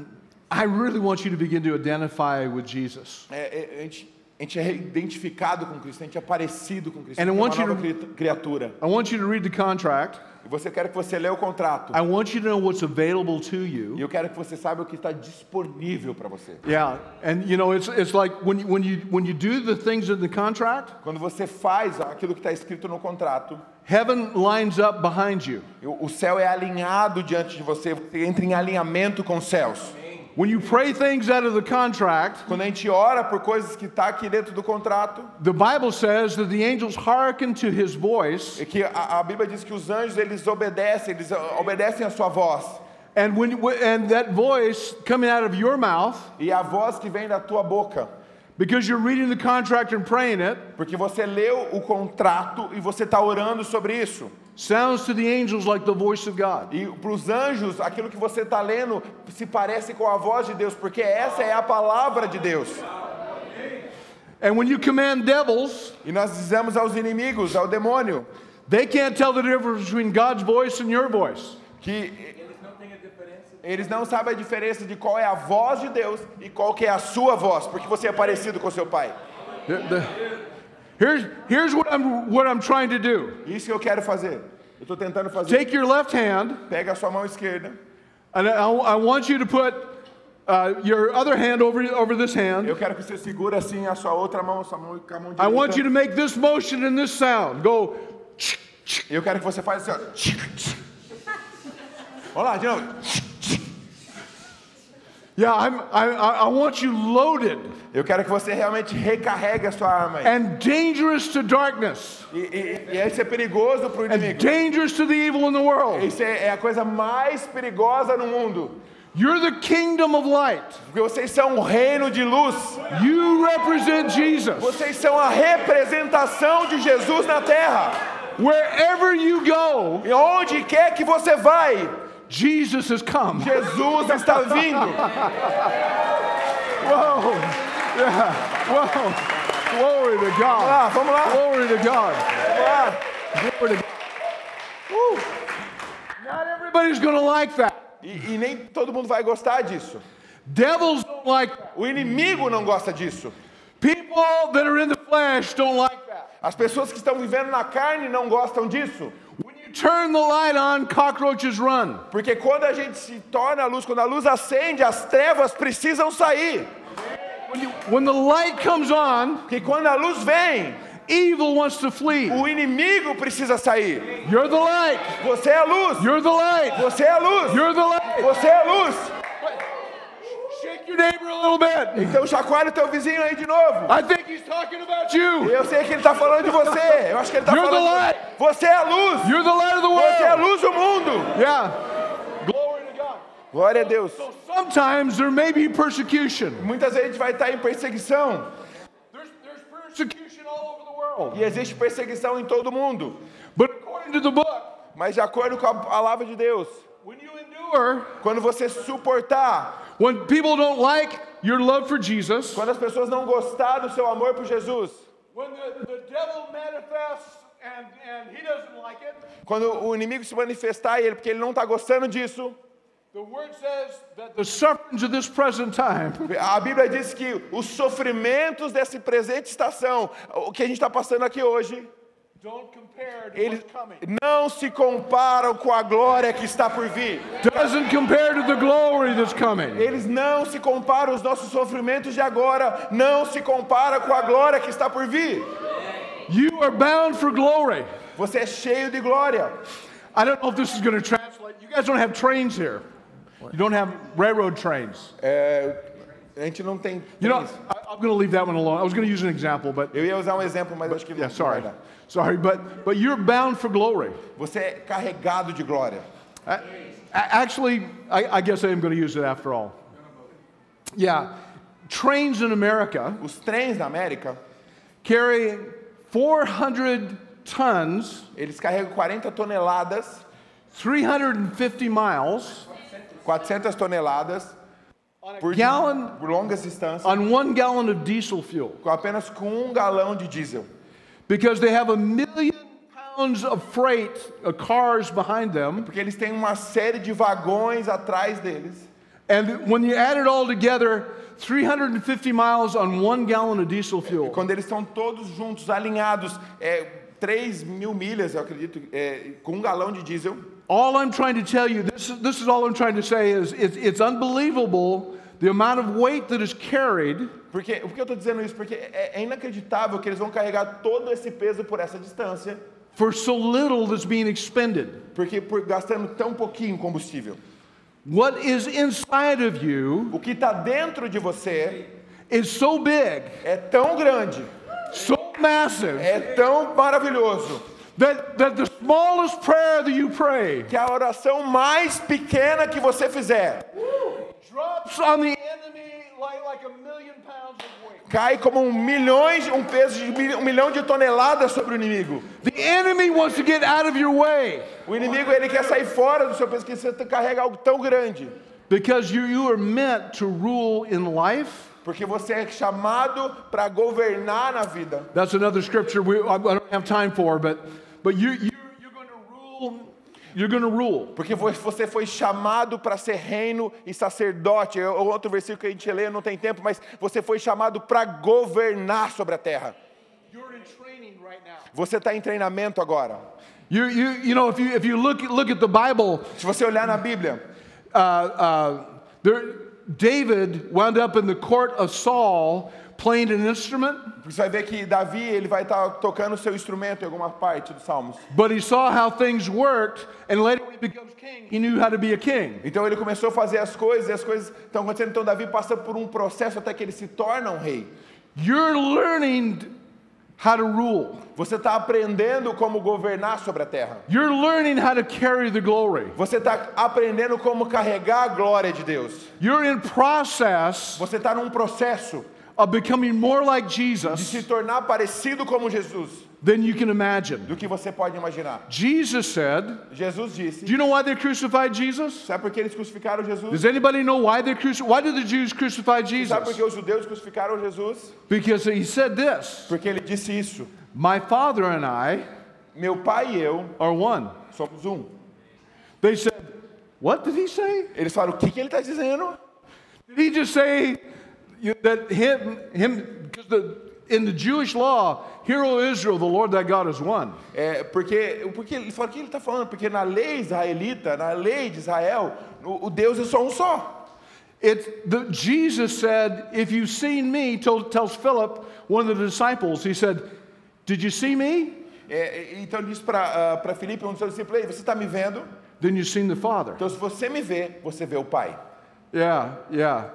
[SPEAKER 2] I really want you to begin to identify with Jesus.
[SPEAKER 3] É, é, a, gente, a gente é identificado com Cristo, a gente é parecido com Cristo,
[SPEAKER 2] And
[SPEAKER 3] a
[SPEAKER 2] I
[SPEAKER 3] gente é
[SPEAKER 2] want
[SPEAKER 3] uma
[SPEAKER 2] you
[SPEAKER 3] nova cri- criatura.
[SPEAKER 2] I want you to read the contract.
[SPEAKER 3] E você quer que você leia o contrato.
[SPEAKER 2] I want you to know what's available to
[SPEAKER 3] E
[SPEAKER 2] you.
[SPEAKER 3] eu quero que você saiba o que está disponível para você.
[SPEAKER 2] Yeah, and you know, it's, it's like when you, when, you, when you do the things in the contract,
[SPEAKER 3] Quando você faz aquilo que está escrito no contrato,
[SPEAKER 2] heaven lines up behind you.
[SPEAKER 3] o o céu é alinhado diante de você, você entra em alinhamento com os céus.
[SPEAKER 2] When you pray things out of the contract,
[SPEAKER 3] Quando a gente ora por coisas que está aqui dentro do contrato,
[SPEAKER 2] the Bible says that the angels hearken to his voice.
[SPEAKER 3] é que a, a Bíblia diz que os anjos eles obedecem, eles ah, obedecem a sua voz.
[SPEAKER 2] And, when, and that voice coming out of your mouth,
[SPEAKER 3] E é a voz que vem da tua boca.
[SPEAKER 2] because you're reading the contract and praying it,
[SPEAKER 3] Porque você leu o contrato e você está orando sobre isso.
[SPEAKER 2] sounds to the angels like the voice of God.
[SPEAKER 3] E para os anjos, aquilo que você está lendo se parece com a voz de Deus, porque essa é a palavra de Deus.
[SPEAKER 2] And when you command devils,
[SPEAKER 3] E nós dizemos aos inimigos, ao demônio,
[SPEAKER 2] they can't tell the difference between God's voice and your voice.
[SPEAKER 3] que eles não sabem a diferença de qual é a voz de Deus e qual que é a sua voz, porque você é parecido com seu pai.
[SPEAKER 2] The- the- here's here's what, I'm, what I'm trying to do
[SPEAKER 3] Isso que eu quero fazer. Eu estou tentando fazer.
[SPEAKER 2] take your left hand,
[SPEAKER 3] Pega a sua mão esquerda.
[SPEAKER 2] and I, I want you to put uh, your other hand over, over this hand.
[SPEAKER 3] Eu quero que você segura assim a sua outra mão, sua mão com a mão
[SPEAKER 2] I want you
[SPEAKER 3] direita.
[SPEAKER 2] to make this motion and this sound. Go,
[SPEAKER 3] Eu quero que você faça assim. ó. Vamos lá, de novo.
[SPEAKER 2] yeah, I'm, I, I I want you loaded
[SPEAKER 3] Eu quero que você realmente recarregue a sua arma aí.
[SPEAKER 2] and dangerous to darkness
[SPEAKER 3] E, e, e isso é perigoso pro
[SPEAKER 2] and
[SPEAKER 3] inimigo.
[SPEAKER 2] dangerous to the evil in the world.
[SPEAKER 3] Isso é, é a coisa mais perigosa no mundo.
[SPEAKER 2] You're the kingdom of light.
[SPEAKER 3] Porque vocês são um reino de luz.
[SPEAKER 2] You represent Jesus.
[SPEAKER 3] Vocês são a representação de Jesus na terra.
[SPEAKER 2] Wherever you go,
[SPEAKER 3] E onde quer que você vai,
[SPEAKER 2] Jesus has come.
[SPEAKER 3] Jesus está vindo.
[SPEAKER 2] Whoa. Yeah. Whoa. Glory to
[SPEAKER 3] Vamos
[SPEAKER 2] God.
[SPEAKER 3] lá, Ah, vamos lá, vamos
[SPEAKER 2] Glory to God.
[SPEAKER 3] lá.
[SPEAKER 2] Glory to God. Woo. Not everybody's going to like that.
[SPEAKER 3] E, e nem todo mundo vai gostar disso.
[SPEAKER 2] Devils don't like that.
[SPEAKER 3] O inimigo não gosta disso.
[SPEAKER 2] People that are in the flesh don't like that.
[SPEAKER 3] As pessoas que estão vivendo na carne não gostam disso.
[SPEAKER 2] When you turn the light on, cockroaches run.
[SPEAKER 3] Porque quando a gente se torna a luz, quando a luz acende, as trevas precisam sair.
[SPEAKER 2] When, you, when the light comes on,
[SPEAKER 3] Porque quando a luz vem,
[SPEAKER 2] evil wants to flee.
[SPEAKER 3] o inimigo precisa sair.
[SPEAKER 2] You're the light.
[SPEAKER 3] Você é a luz.
[SPEAKER 2] You're the light.
[SPEAKER 3] Você é a luz.
[SPEAKER 2] You're the light.
[SPEAKER 3] Você é a luz.
[SPEAKER 2] Shake your neighbor a little bit.
[SPEAKER 3] Então chacoalha o teu vizinho aí de novo.
[SPEAKER 2] I think he's talking about you.
[SPEAKER 3] Eu sei que ele tá falando de você. Eu acho que ele tá
[SPEAKER 2] You're the
[SPEAKER 3] falando.
[SPEAKER 2] light.
[SPEAKER 3] Você é a luz.
[SPEAKER 2] You're the light of the
[SPEAKER 3] Você é a
[SPEAKER 2] world.
[SPEAKER 3] luz do mundo.
[SPEAKER 2] Yeah.
[SPEAKER 3] Glória a Deus.
[SPEAKER 2] Sometimes there may be persecution.
[SPEAKER 3] Muitas vezes a gente vai estar em perseguição.
[SPEAKER 2] There's, there's persecution all over the world.
[SPEAKER 3] E existe perseguição em todo mundo.
[SPEAKER 2] But according to the book,
[SPEAKER 3] Mas de acordo com a palavra de Deus,
[SPEAKER 2] when you endure,
[SPEAKER 3] quando você suportar,
[SPEAKER 2] when people don't like your love for Jesus,
[SPEAKER 3] quando as pessoas não gostar do seu amor por Jesus,
[SPEAKER 2] when the, the devil manifests and, and he doesn't like it,
[SPEAKER 3] quando o inimigo se manifestar e ele porque ele não está gostando disso,
[SPEAKER 2] the word says that the sufferings of this present time
[SPEAKER 3] a Bíblia diz que os sofrimentos desse presente estação, o que a gente está passando aqui hoje,
[SPEAKER 2] don't compare to
[SPEAKER 3] eles
[SPEAKER 2] what's coming.
[SPEAKER 3] não se comparam com a glória que está por vir.
[SPEAKER 2] Doesn't compare to the glory that's coming.
[SPEAKER 3] Eles não se comparam, os nossos sofrimentos de agora não se comparam com a glória que está por vir.
[SPEAKER 2] You are bound for glory.
[SPEAKER 3] Você é cheio de glória.
[SPEAKER 2] I don't know if this is going to translate. You guys don't have trains here. You don't have railroad trains.
[SPEAKER 3] É, a gente não tem.
[SPEAKER 2] You know, I, I'm going to leave that one alone. I was going to use an example, but
[SPEAKER 3] Eu ia usar um exemplo, mas acho que não.
[SPEAKER 2] yeah,
[SPEAKER 3] não
[SPEAKER 2] sorry,
[SPEAKER 3] vai dar.
[SPEAKER 2] sorry, but but you're bound for glory.
[SPEAKER 3] Você é carregado de glória.
[SPEAKER 2] A- a- actually, I, I guess I am going to use it after all. Yeah, trains in America
[SPEAKER 3] Os trens na América,
[SPEAKER 2] carry 400 tons,
[SPEAKER 3] eles carregam 40 toneladas,
[SPEAKER 2] 350 miles
[SPEAKER 3] 400 toneladas por,
[SPEAKER 2] gallon
[SPEAKER 3] por longas distâncias,
[SPEAKER 2] on one gallon of diesel fuel
[SPEAKER 3] com apenas com um galão de diesel.
[SPEAKER 2] because they have a million pounds of freight, uh, cars behind them.
[SPEAKER 3] Porque eles têm uma série de vagões atrás deles.
[SPEAKER 2] And when you add it all together, 350 miles on one gallon of diesel fuel.
[SPEAKER 3] Quando eles estão todos juntos, alinhados, é, 3 mil milhas, eu acredito, é, com um galão de diesel.
[SPEAKER 2] All I'm trying to tell you, this, is- this is all I'm trying to say is it's, it's unbelievable the amount of weight that is carried.
[SPEAKER 3] Porque, por que eu estou dizendo isso? Porque é, é inacreditável que eles vão carregar todo esse peso por essa distância,
[SPEAKER 2] for so little that's being expended.
[SPEAKER 3] porque por gastando tão pouquinho em combustível.
[SPEAKER 2] What is inside of you
[SPEAKER 3] O que está dentro de você
[SPEAKER 2] is so big,
[SPEAKER 3] é tão grande,
[SPEAKER 2] so massive,
[SPEAKER 3] é tão maravilhoso,
[SPEAKER 2] that, that the smallest prayer that you pray
[SPEAKER 3] que é a oração mais pequena que você fizer
[SPEAKER 2] drops on the enemy like, like a million pounds of weight.
[SPEAKER 3] cai como um milhões, um peso de mil- um milhão de toneladas sobre o inimigo.
[SPEAKER 2] The enemy wants to get out of your way
[SPEAKER 3] O inimigo ele quer sair fora do seu peso, que você carrega algo tão grande.
[SPEAKER 2] because you, you are meant to rule in life.
[SPEAKER 3] Porque você é chamado para governar na vida.
[SPEAKER 2] That's another scripture we, I I don't have time for, but, but you, you, you're going to rule. You're going to rule.
[SPEAKER 3] Porque vo- você foi chamado para ser reino e sacerdote. É o outro versículo que a gente lê, não tem tempo, mas você foi chamado para governar sobre a terra.
[SPEAKER 2] You're in training right now.
[SPEAKER 3] Você está em treinamento agora.
[SPEAKER 2] You, you, you know, if you, if you look, look at the Bible,
[SPEAKER 3] Se você olhar na Bíblia,
[SPEAKER 2] uh, uh, there, David wound up in the court of Saul playing an instrument,
[SPEAKER 3] você vai ver que Davi ele vai estar tocando o seu instrumento em alguma parte dos Salmos.
[SPEAKER 2] but he saw how things worked, and later when he becomes king, he knew how to be a king.
[SPEAKER 3] Então ele começou a fazer as coisas e as coisas estão acontecendo. Então Davi passa por um processo até que ele se torna um rei.
[SPEAKER 2] You're learning how to rule,
[SPEAKER 3] Você está aprendendo como governar sobre a terra.
[SPEAKER 2] you're learning how to carry the glory.
[SPEAKER 3] Você está aprendendo como carregar a glória de Deus.
[SPEAKER 2] You're in process
[SPEAKER 3] Você está num processo
[SPEAKER 2] of becoming more like
[SPEAKER 3] de se
[SPEAKER 2] Jesus
[SPEAKER 3] tornar parecido como Jesus
[SPEAKER 2] than you can imagine.
[SPEAKER 3] do que você pode imaginar.
[SPEAKER 2] Jesus said,
[SPEAKER 3] Jesus
[SPEAKER 2] Do
[SPEAKER 3] disse.
[SPEAKER 2] you know why they crucified Jesus?
[SPEAKER 3] Sabe por que eles crucificaram Jesus?
[SPEAKER 2] Does anybody know why they cruci- Why did the Jews crucify
[SPEAKER 3] Sabe por
[SPEAKER 2] Jesus?
[SPEAKER 3] que os judeus crucificaram Jesus?
[SPEAKER 2] Because he said this:
[SPEAKER 3] Porque ele disse isso.
[SPEAKER 2] My Father and I
[SPEAKER 3] Meu pai e eu
[SPEAKER 2] are one.
[SPEAKER 3] somos um.
[SPEAKER 2] They said, What did he say?
[SPEAKER 3] Eles falam, o que, que ele está dizendo?
[SPEAKER 2] Did he just say you- that him him because the in the Jewish law, hear O Israel, the Lord thy God is one.
[SPEAKER 3] É, porque, porque ele fala, o que ele está falando? Porque na lei israelita, na lei de Israel, o, o Deus é só um só.
[SPEAKER 2] It the, Jesus said, If you've seen me, told, tells Philip, one of the disciples, he said, Did you see me?
[SPEAKER 3] É, é, então ele disse para uh, Filipe, um dos seus discípulos, "Ei, você está me vendo?
[SPEAKER 2] Then you've seen the Father.
[SPEAKER 3] Então se você me vê, você vê o Pai.
[SPEAKER 2] Yeah, yeah.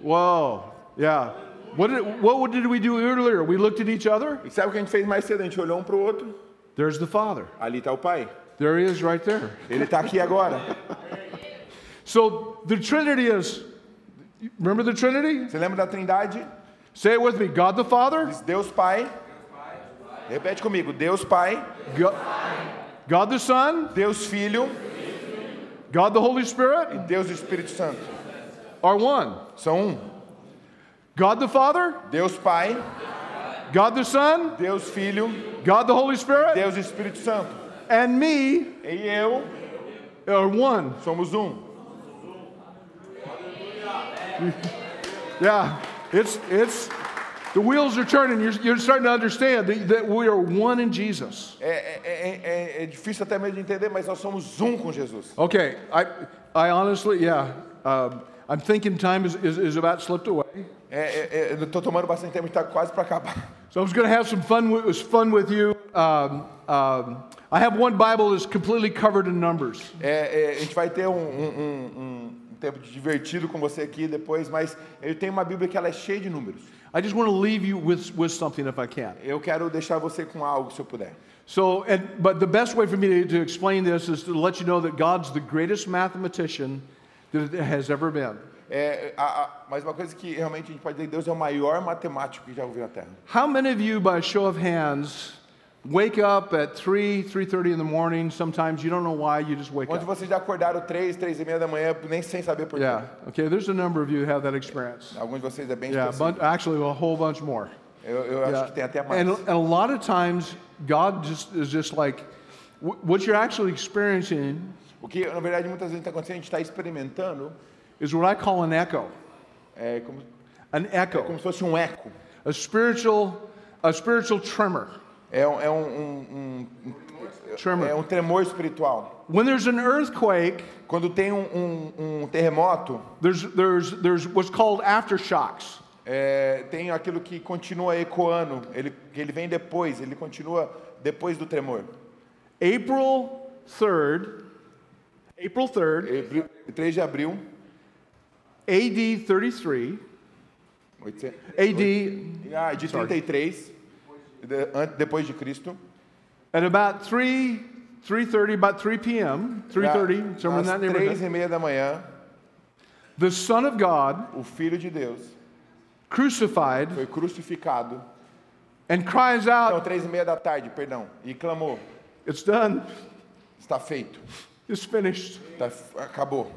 [SPEAKER 2] Whoa, yeah. What did, what did we do earlier? We looked at each other.
[SPEAKER 3] E sabe o que a gente fez mais cedo? A gente olhou um para o outro,
[SPEAKER 2] There's the Father.
[SPEAKER 3] ali está o Pai.
[SPEAKER 2] There he is right there.
[SPEAKER 3] Ele está aqui agora.
[SPEAKER 2] So the Trinity is, remember the Trinity?
[SPEAKER 3] Você lembra da trindade?
[SPEAKER 2] Say it with me God the Father,
[SPEAKER 3] Diz Deus Pai. Repete comigo, Deus Pai,
[SPEAKER 2] Go- God the Son,
[SPEAKER 3] Deus Filho
[SPEAKER 2] God the Holy
[SPEAKER 3] e
[SPEAKER 2] Spirit
[SPEAKER 3] Deus Espírito Santo.
[SPEAKER 2] are one.
[SPEAKER 3] São um.
[SPEAKER 2] God the Father,
[SPEAKER 3] Deus Pai,
[SPEAKER 2] God the Son,
[SPEAKER 3] Deus Filho,
[SPEAKER 2] God the Holy Spirit,
[SPEAKER 3] Deus Espírito Santo.
[SPEAKER 2] and me
[SPEAKER 3] E eu
[SPEAKER 2] are one.
[SPEAKER 3] somos um.
[SPEAKER 2] Yeah, it's, it's, the wheels are turning. You're, you're starting to understand that, that we are one in Jesus.
[SPEAKER 3] É, é- é- é- é difícil até mesmo de entender, mas nós somos um com Jesus.
[SPEAKER 2] Okay, I, I honestly, yeah, um, I'm thinking time is, is, is about slipped away.
[SPEAKER 3] É, é- é, eu estou tomando bastante tempo, está quase para acabar.
[SPEAKER 2] So I was going to have some fun with, was fun with you. Um, um, I have one Bible that's completely covered in numbers.
[SPEAKER 3] É, é, a gente vai ter um, um- um- um- um tempo divertido com você aqui depois, mas eu tenho uma Bíblia que ela é cheia de números.
[SPEAKER 2] I just want to leave you with, with something if I can.
[SPEAKER 3] Eu quero deixar você com algo, se eu puder.
[SPEAKER 2] So, and, but the best way for me to, to explain this is to let you know that God's the greatest mathematician that has ever been.
[SPEAKER 3] É, a- a- mas uma coisa que realmente a gente pode dizer, Deus é o maior matemático que já ouviu na Terra.
[SPEAKER 2] How many of you, by a show of hands, wake up at 3, 3.30 in the morning? Sometimes you don't know why, you just wake up.
[SPEAKER 3] Onde vocês já acordaram três, três e meia da manhã, nem sem saber por
[SPEAKER 2] Yeah. Okay. There's a number of you who have that experience.
[SPEAKER 3] quê. Alguns de vocês é bem
[SPEAKER 2] Yeah.
[SPEAKER 3] específico.
[SPEAKER 2] But actually, a whole bunch more.
[SPEAKER 3] Eu, eu acho
[SPEAKER 2] Yeah.
[SPEAKER 3] que tem até mais.
[SPEAKER 2] And, and a lot of times, God just is just like, wh- what you're actually experiencing
[SPEAKER 3] O que, na verdade, muitas vezes está acontecendo, a gente está experimentando
[SPEAKER 2] is what I call an echo,
[SPEAKER 3] é, como,
[SPEAKER 2] an
[SPEAKER 3] como
[SPEAKER 2] echo,
[SPEAKER 3] se fosse um eco.
[SPEAKER 2] a spiritual, a spiritual tremor.
[SPEAKER 3] É, um- é um, um- um-
[SPEAKER 2] Tremor.
[SPEAKER 3] é um tremor espiritual.
[SPEAKER 2] When there's an earthquake,
[SPEAKER 3] Quando tem um, um- um terremoto,
[SPEAKER 2] there's, there's, there's what's called aftershocks.
[SPEAKER 3] é, tem aquilo que continua ecoando, ele, que ele vem depois, ele continua depois do tremor.
[SPEAKER 2] April 3rd, April 3rd,
[SPEAKER 3] Abril, 3 de abril,
[SPEAKER 2] AD 33,
[SPEAKER 3] 800,
[SPEAKER 2] AD
[SPEAKER 3] ah, de 33, de- an- depois de Cristo,
[SPEAKER 2] at about 3, 3.30, about 3 p.m., 3.30, somewhere in
[SPEAKER 3] às
[SPEAKER 2] that
[SPEAKER 3] três
[SPEAKER 2] neighborhood,
[SPEAKER 3] e meia da manhã,
[SPEAKER 2] the Son of God
[SPEAKER 3] o Filho de Deus
[SPEAKER 2] crucified
[SPEAKER 3] foi crucificado.
[SPEAKER 2] and cries
[SPEAKER 3] Não,
[SPEAKER 2] out,
[SPEAKER 3] três e meia da tarde, perdão, e clamou,
[SPEAKER 2] it's done,
[SPEAKER 3] está feito,
[SPEAKER 2] it's finished.
[SPEAKER 3] tá f- acabou.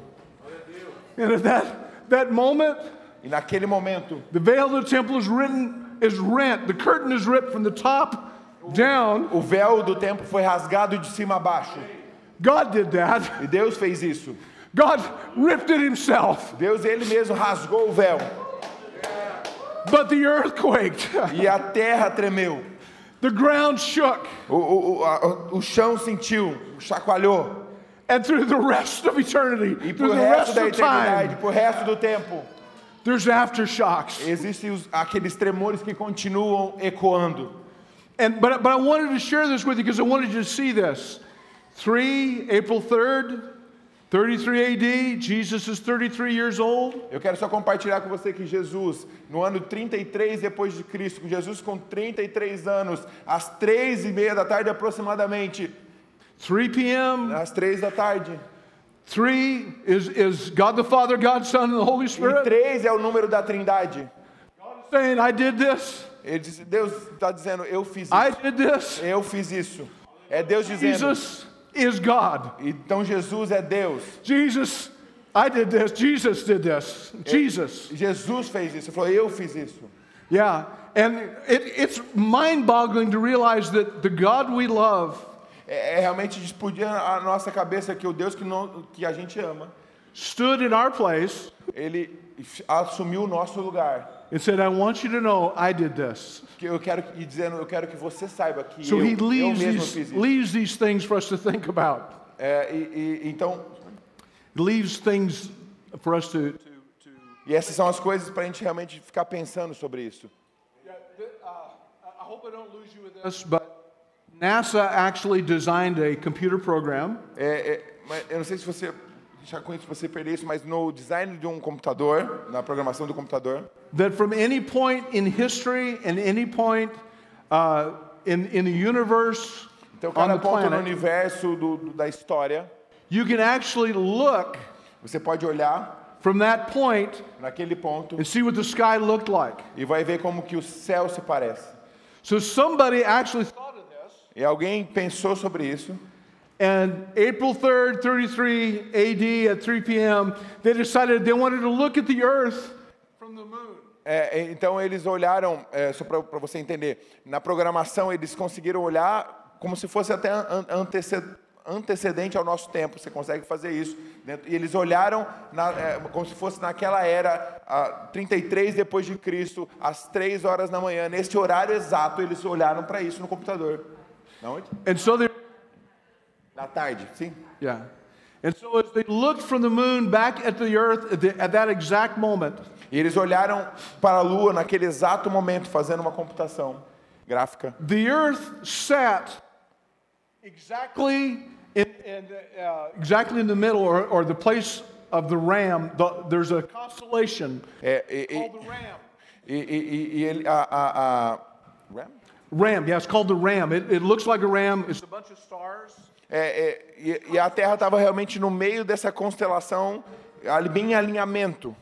[SPEAKER 2] And at that, that moment,
[SPEAKER 3] E naquele momento,
[SPEAKER 2] the veil of the temple is, written, is rent, the curtain is ripped from the top down.
[SPEAKER 3] o véu do templo foi rasgado de cima a baixo.
[SPEAKER 2] God did that.
[SPEAKER 3] E Deus fez isso.
[SPEAKER 2] God ripped it himself,
[SPEAKER 3] Deus ele mesmo rasgou o véu
[SPEAKER 2] but the earthquake,
[SPEAKER 3] e a terra tremeu.
[SPEAKER 2] the ground shook.
[SPEAKER 3] O, o, o, a- o- o chão sentiu, chacoalhou.
[SPEAKER 2] And through the rest of eternity,
[SPEAKER 3] E
[SPEAKER 2] through
[SPEAKER 3] pro
[SPEAKER 2] the
[SPEAKER 3] resto
[SPEAKER 2] rest
[SPEAKER 3] da
[SPEAKER 2] of time,
[SPEAKER 3] eternidade, pro resto do tempo,
[SPEAKER 2] there's aftershocks.
[SPEAKER 3] existem os- aqueles tremores que continuam ecoando.
[SPEAKER 2] And but but I wanted to share this with you because I wanted you to see this. Three April third, 33 A.D. Jesus is 33 years old.
[SPEAKER 3] Eu quero só compartilhar com você que Jesus, no ano 33 depois de Cristo, com Jesus com 33 anos, às três e meia da tarde aproximadamente,
[SPEAKER 2] 3 p.m.
[SPEAKER 3] às três da tarde.
[SPEAKER 2] Three is is God the Father, God Son, and the Holy
[SPEAKER 3] E
[SPEAKER 2] Spirit
[SPEAKER 3] três é o número da Trindade.
[SPEAKER 2] saying, "I did this.
[SPEAKER 3] Ele disse, Deus está dizendo, eu fiz
[SPEAKER 2] I
[SPEAKER 3] isso.
[SPEAKER 2] did this."
[SPEAKER 3] Eu fiz isso. É Deus dizendo.
[SPEAKER 2] Jesus is God.
[SPEAKER 3] Então Jesus é Deus.
[SPEAKER 2] Jesus, I did this. Jesus did this. Jesus.
[SPEAKER 3] Jesus fez isso. Ele falou, eu fiz isso.
[SPEAKER 2] Yeah. And it, it's mind boggling to realize that the God we love
[SPEAKER 3] É, é realmente explodir a nossa cabeça que o Deus que, não, que a gente ama,
[SPEAKER 2] stood in our place
[SPEAKER 3] ele assumiu o nosso lugar.
[SPEAKER 2] and said, I want you to know I did this.
[SPEAKER 3] Que eu quero e dizendo, eu quero que você saiba que
[SPEAKER 2] So
[SPEAKER 3] eu,
[SPEAKER 2] he
[SPEAKER 3] eu
[SPEAKER 2] leaves
[SPEAKER 3] mesmo
[SPEAKER 2] these,
[SPEAKER 3] fiz isso.
[SPEAKER 2] leaves these things for us to think about,
[SPEAKER 3] É, e, e, então,
[SPEAKER 2] leaves things for us to.
[SPEAKER 3] e essas são as coisas para a gente realmente ficar pensando sobre isso.
[SPEAKER 2] uh, I hope I don't lose you with this, but NASA actually designed a computer program
[SPEAKER 3] É, é, mas eu não sei se você já conhece, se você perdeu isso, mas no design de um computador, na programação do computador,
[SPEAKER 2] that from any point in history and any point uh, in, in the universe,
[SPEAKER 3] Então,
[SPEAKER 2] on
[SPEAKER 3] cada
[SPEAKER 2] the
[SPEAKER 3] ponto no
[SPEAKER 2] planet,
[SPEAKER 3] universo do- do- da história,
[SPEAKER 2] you can actually look
[SPEAKER 3] você pode olhar
[SPEAKER 2] from that point
[SPEAKER 3] naquele ponto
[SPEAKER 2] and see what the sky looked like.
[SPEAKER 3] e vai ver como que o céu se parece.
[SPEAKER 2] So somebody actually thought of this,
[SPEAKER 3] E alguém pensou sobre isso.
[SPEAKER 2] and April 3rd, 33 AD at 3 p.m., they decided they wanted to look at the earth from the moon.
[SPEAKER 3] É, é, então, eles olharam, é, só para você entender, na programação eles conseguiram olhar como se fosse até an- antece- antecedente ao nosso tempo. Você consegue fazer isso. dentro- e eles olharam na- é, como se fosse naquela era, a 33 depois de Cristo, às 3 horas da manhã, nesse horário exato, eles olharam para isso no computador. Na onde?
[SPEAKER 2] And so they,
[SPEAKER 3] Na tarde, sim.
[SPEAKER 2] yeah. And so as they looked from the moon back at the earth at, the, at that exact moment,
[SPEAKER 3] E eles olharam para a Lua naquele exato momento, fazendo uma computação gráfica.
[SPEAKER 2] the earth sat exactly in, in, uh, exactly in the middle or, or the place of the ram. The, there's a constellation
[SPEAKER 3] É, e, e-
[SPEAKER 2] called the ram.
[SPEAKER 3] e- e- e ele, a, a- a- Ram?
[SPEAKER 2] Ram, yeah, it's called the ram. It, it looks like a ram. It's a bunch of stars.
[SPEAKER 3] É, é, e, e a Terra estava realmente no meio dessa constelação, ali bem em alinhamento.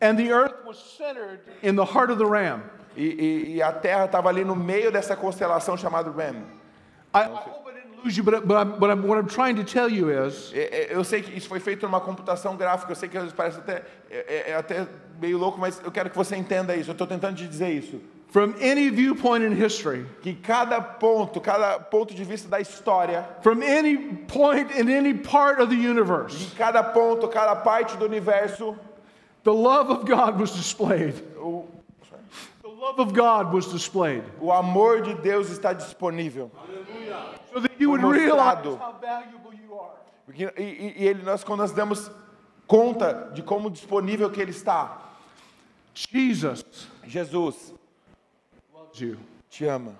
[SPEAKER 2] And the earth was centered in the heart of the ram.
[SPEAKER 3] E, e- e a Terra estava ali no meio dessa constelação chamada Ram.
[SPEAKER 2] I, I hope I didn't lose you, but, but, I'm, but I'm, what I'm trying to tell you is
[SPEAKER 3] É, é, eu sei que isso foi feito numa computação gráfica, eu sei que às vezes parece até, é, é- é até meio louco, mas eu quero que você entenda isso. Eu estou tentando te dizer isso.
[SPEAKER 2] from any viewpoint in history,
[SPEAKER 3] Que cada ponto, cada ponto de vista da história,
[SPEAKER 2] from any point in any part of the universe,
[SPEAKER 3] cada ponto, cada parte do universo,
[SPEAKER 2] the love of God was displayed.
[SPEAKER 3] o,
[SPEAKER 2] love of God was displayed
[SPEAKER 3] O amor de Deus está disponível.
[SPEAKER 2] so that you would
[SPEAKER 3] Mostrado.
[SPEAKER 2] realize how valuable you are.
[SPEAKER 3] Porque- E, e- e ele, nós, quando nós damos conta de como disponível que ele está,
[SPEAKER 2] Jesus
[SPEAKER 3] Jesus
[SPEAKER 2] loves you.
[SPEAKER 3] te ama.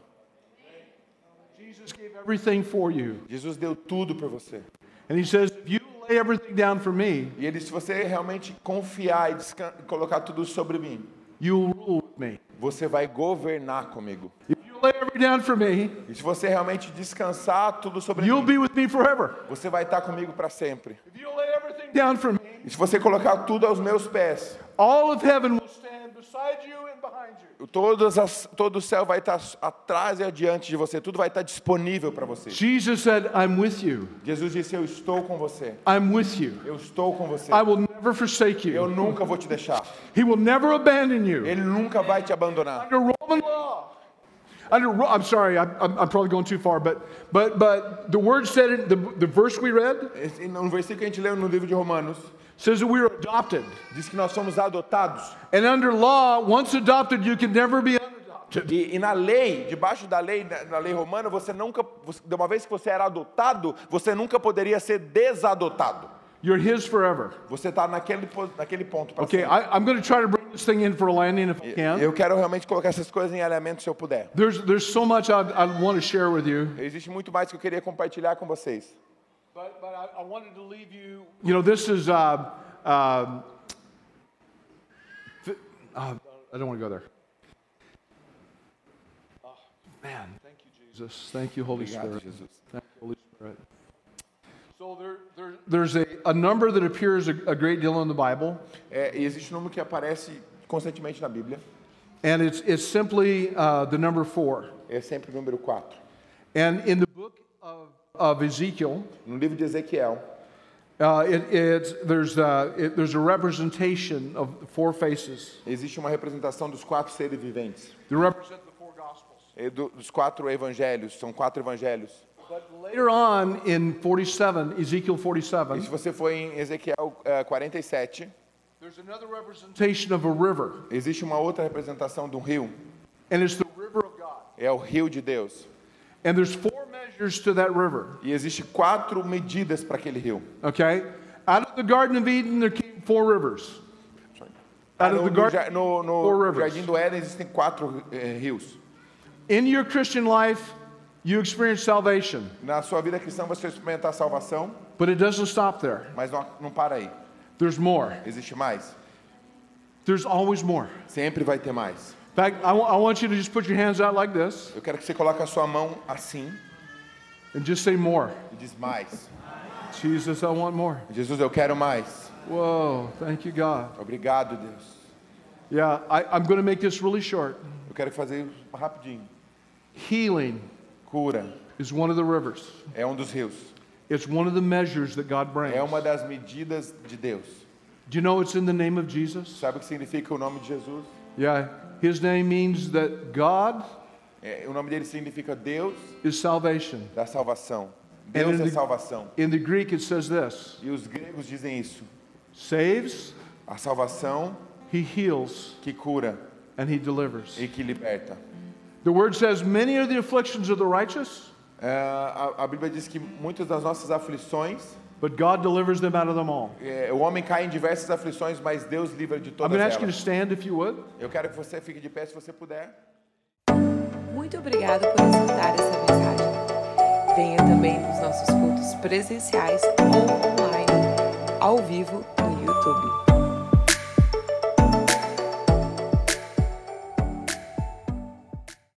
[SPEAKER 2] Jesus gave everything for you.
[SPEAKER 3] Jesus deu tudo por você.
[SPEAKER 2] And he says, if you lay everything down for me,
[SPEAKER 3] E ele, se você realmente confiar e descan- e colocar tudo sobre mim,
[SPEAKER 2] you'll rule with me.
[SPEAKER 3] você vai governar comigo.
[SPEAKER 2] If you lay everything down for me,
[SPEAKER 3] E se você realmente descansar tudo sobre
[SPEAKER 2] you'll
[SPEAKER 3] mim,
[SPEAKER 2] be with me forever.
[SPEAKER 3] você vai estar comigo para sempre.
[SPEAKER 2] If you lay everything down for me,
[SPEAKER 3] E se você colocar tudo aos meus pés,
[SPEAKER 2] all of heaven will stand beside you and behind you.
[SPEAKER 3] todas as- todo o céu vai estar atrás e adiante de você, tudo vai estar disponível para você.
[SPEAKER 2] Jesus said, I'm with you.
[SPEAKER 3] Jesus disse: Eu estou com você,
[SPEAKER 2] I'm with you.
[SPEAKER 3] eu estou com você,
[SPEAKER 2] I will never forsake
[SPEAKER 3] eu
[SPEAKER 2] you.
[SPEAKER 3] nunca vou te deixar,
[SPEAKER 2] He will never abandon you.
[SPEAKER 3] ele nunca vai te abandonar.
[SPEAKER 2] Under Roman law, under Ro- I'm sorry, I'm, I'm I'm probably going too far, but but but the word said in the, the verse we read
[SPEAKER 3] Esse- No versículo que a gente leu no livro de Romanos,
[SPEAKER 2] says that we are adopted,
[SPEAKER 3] diz que nós somos adotados.
[SPEAKER 2] and under law, once adopted, you can never be unadopted.
[SPEAKER 3] E, e na lei, debaixo da lei, na, na lei romana, você nunca, você, de uma vez que você era adotado, você nunca poderia ser desadotado.
[SPEAKER 2] You're His forever.
[SPEAKER 3] Você está naquele, po- naquele ponto. pra
[SPEAKER 2] Okay,
[SPEAKER 3] sempre.
[SPEAKER 2] I, I'm going to try to bring this thing in for a landing if I can.
[SPEAKER 3] Eu quero realmente colocar essas coisas em alinhamento se eu puder.
[SPEAKER 2] There's there's so much I, I want to share with you.
[SPEAKER 3] Existe muito mais que eu queria compartilhar com vocês.
[SPEAKER 2] But, but I, I wanted to leave you. You know, this is. Uh, um, fi- uh, I don't want to go there. man, Ah. thank you, Jesus. Thank you, Holy
[SPEAKER 3] Obrigado,
[SPEAKER 2] Spirit.
[SPEAKER 3] Jesus.
[SPEAKER 2] Thank you, Holy Spirit. So there, there, there's a, a number that appears a, a great deal in the Bible,
[SPEAKER 3] É, e existe um número que aparece constantemente na Bíblia.
[SPEAKER 2] and it's, it's simply uh, the number four.
[SPEAKER 3] É sempre o número 4.
[SPEAKER 2] And in the book of, of Ezekiel,
[SPEAKER 3] No livro de Ezequiel,
[SPEAKER 2] uh, it, it's, there's, uh, it, there's a representation of the four faces.
[SPEAKER 3] existe uma representação dos quatro seres viventes.
[SPEAKER 2] They represent the four gospels.
[SPEAKER 3] E do- dos quatro evangelhos. São quatro evangelhos.
[SPEAKER 2] But later on in 47, Ezekiel
[SPEAKER 3] E se
[SPEAKER 2] 47,
[SPEAKER 3] você for em Ezequiel eh, 47,
[SPEAKER 2] there's another representation of a river,
[SPEAKER 3] existe uma outra representação de um rio.
[SPEAKER 2] and it's the river of God.
[SPEAKER 3] É o rio de Deus.
[SPEAKER 2] And there's four measures to that river,
[SPEAKER 3] E existe quatro medidas para aquele rio.
[SPEAKER 2] okay? Out of the Garden of Eden, there came four rivers. Out of
[SPEAKER 3] No,
[SPEAKER 2] the
[SPEAKER 3] no,
[SPEAKER 2] Garden
[SPEAKER 3] ja-
[SPEAKER 2] four
[SPEAKER 3] no, no
[SPEAKER 2] rivers.
[SPEAKER 3] Jardim do Éden existem quatro eh, rios.
[SPEAKER 2] In your Christian life, you experience salvation,
[SPEAKER 3] Na sua vida cristã você vai experimentar a salvação,
[SPEAKER 2] but it doesn't stop there.
[SPEAKER 3] mas não, não para aí.
[SPEAKER 2] There's more.
[SPEAKER 3] Existe mais.
[SPEAKER 2] There's always more.
[SPEAKER 3] Sempre vai ter mais.
[SPEAKER 2] In fact, I wa- I want you to just put your hands out like this
[SPEAKER 3] Eu quero que você coloque a sua mão assim
[SPEAKER 2] and just say more.
[SPEAKER 3] e diz mais.
[SPEAKER 2] Jesus, I want more.
[SPEAKER 3] Jesus, eu quero mais.
[SPEAKER 2] Whoa, thank you, God.
[SPEAKER 3] Obrigado, Deus.
[SPEAKER 2] Yeah, I, I'm going to make this really short.
[SPEAKER 3] Eu quero fazer rapidinho.
[SPEAKER 2] Healing
[SPEAKER 3] Cura
[SPEAKER 2] is one of the rivers.
[SPEAKER 3] é um dos rios.
[SPEAKER 2] It's one of the measures that God brings.
[SPEAKER 3] É uma das medidas de Deus.
[SPEAKER 2] Do you know it's in the name of Jesus?
[SPEAKER 3] Sabe o que significa o nome de Jesus?
[SPEAKER 2] Yeah, his name means that God
[SPEAKER 3] É, o nome dele significa Deus
[SPEAKER 2] is salvation.
[SPEAKER 3] da salvação. Deus é
[SPEAKER 2] ele-
[SPEAKER 3] salvação.
[SPEAKER 2] In the Greek, it says this
[SPEAKER 3] E os gregos dizem isso.
[SPEAKER 2] saves,
[SPEAKER 3] A salvação
[SPEAKER 2] he heals,
[SPEAKER 3] que cura
[SPEAKER 2] and he delivers.
[SPEAKER 3] e que liberta.
[SPEAKER 2] The word says, Many are the afflictions of the righteous,
[SPEAKER 3] É, a, a Bíblia diz que muitas das nossas aflições,
[SPEAKER 2] but God delivers them out of them all.
[SPEAKER 3] é, o homem cai em diversas aflições, mas Deus livra de
[SPEAKER 2] I'm
[SPEAKER 3] todas
[SPEAKER 2] going to ask you to
[SPEAKER 3] elas.
[SPEAKER 2] stand if you would.
[SPEAKER 3] Eu quero que você fique de pé se você puder.
[SPEAKER 1] Muito obrigado por escutar essa mensagem. Venha também nos nossos cultos presenciais ou online, ao vivo no YouTube.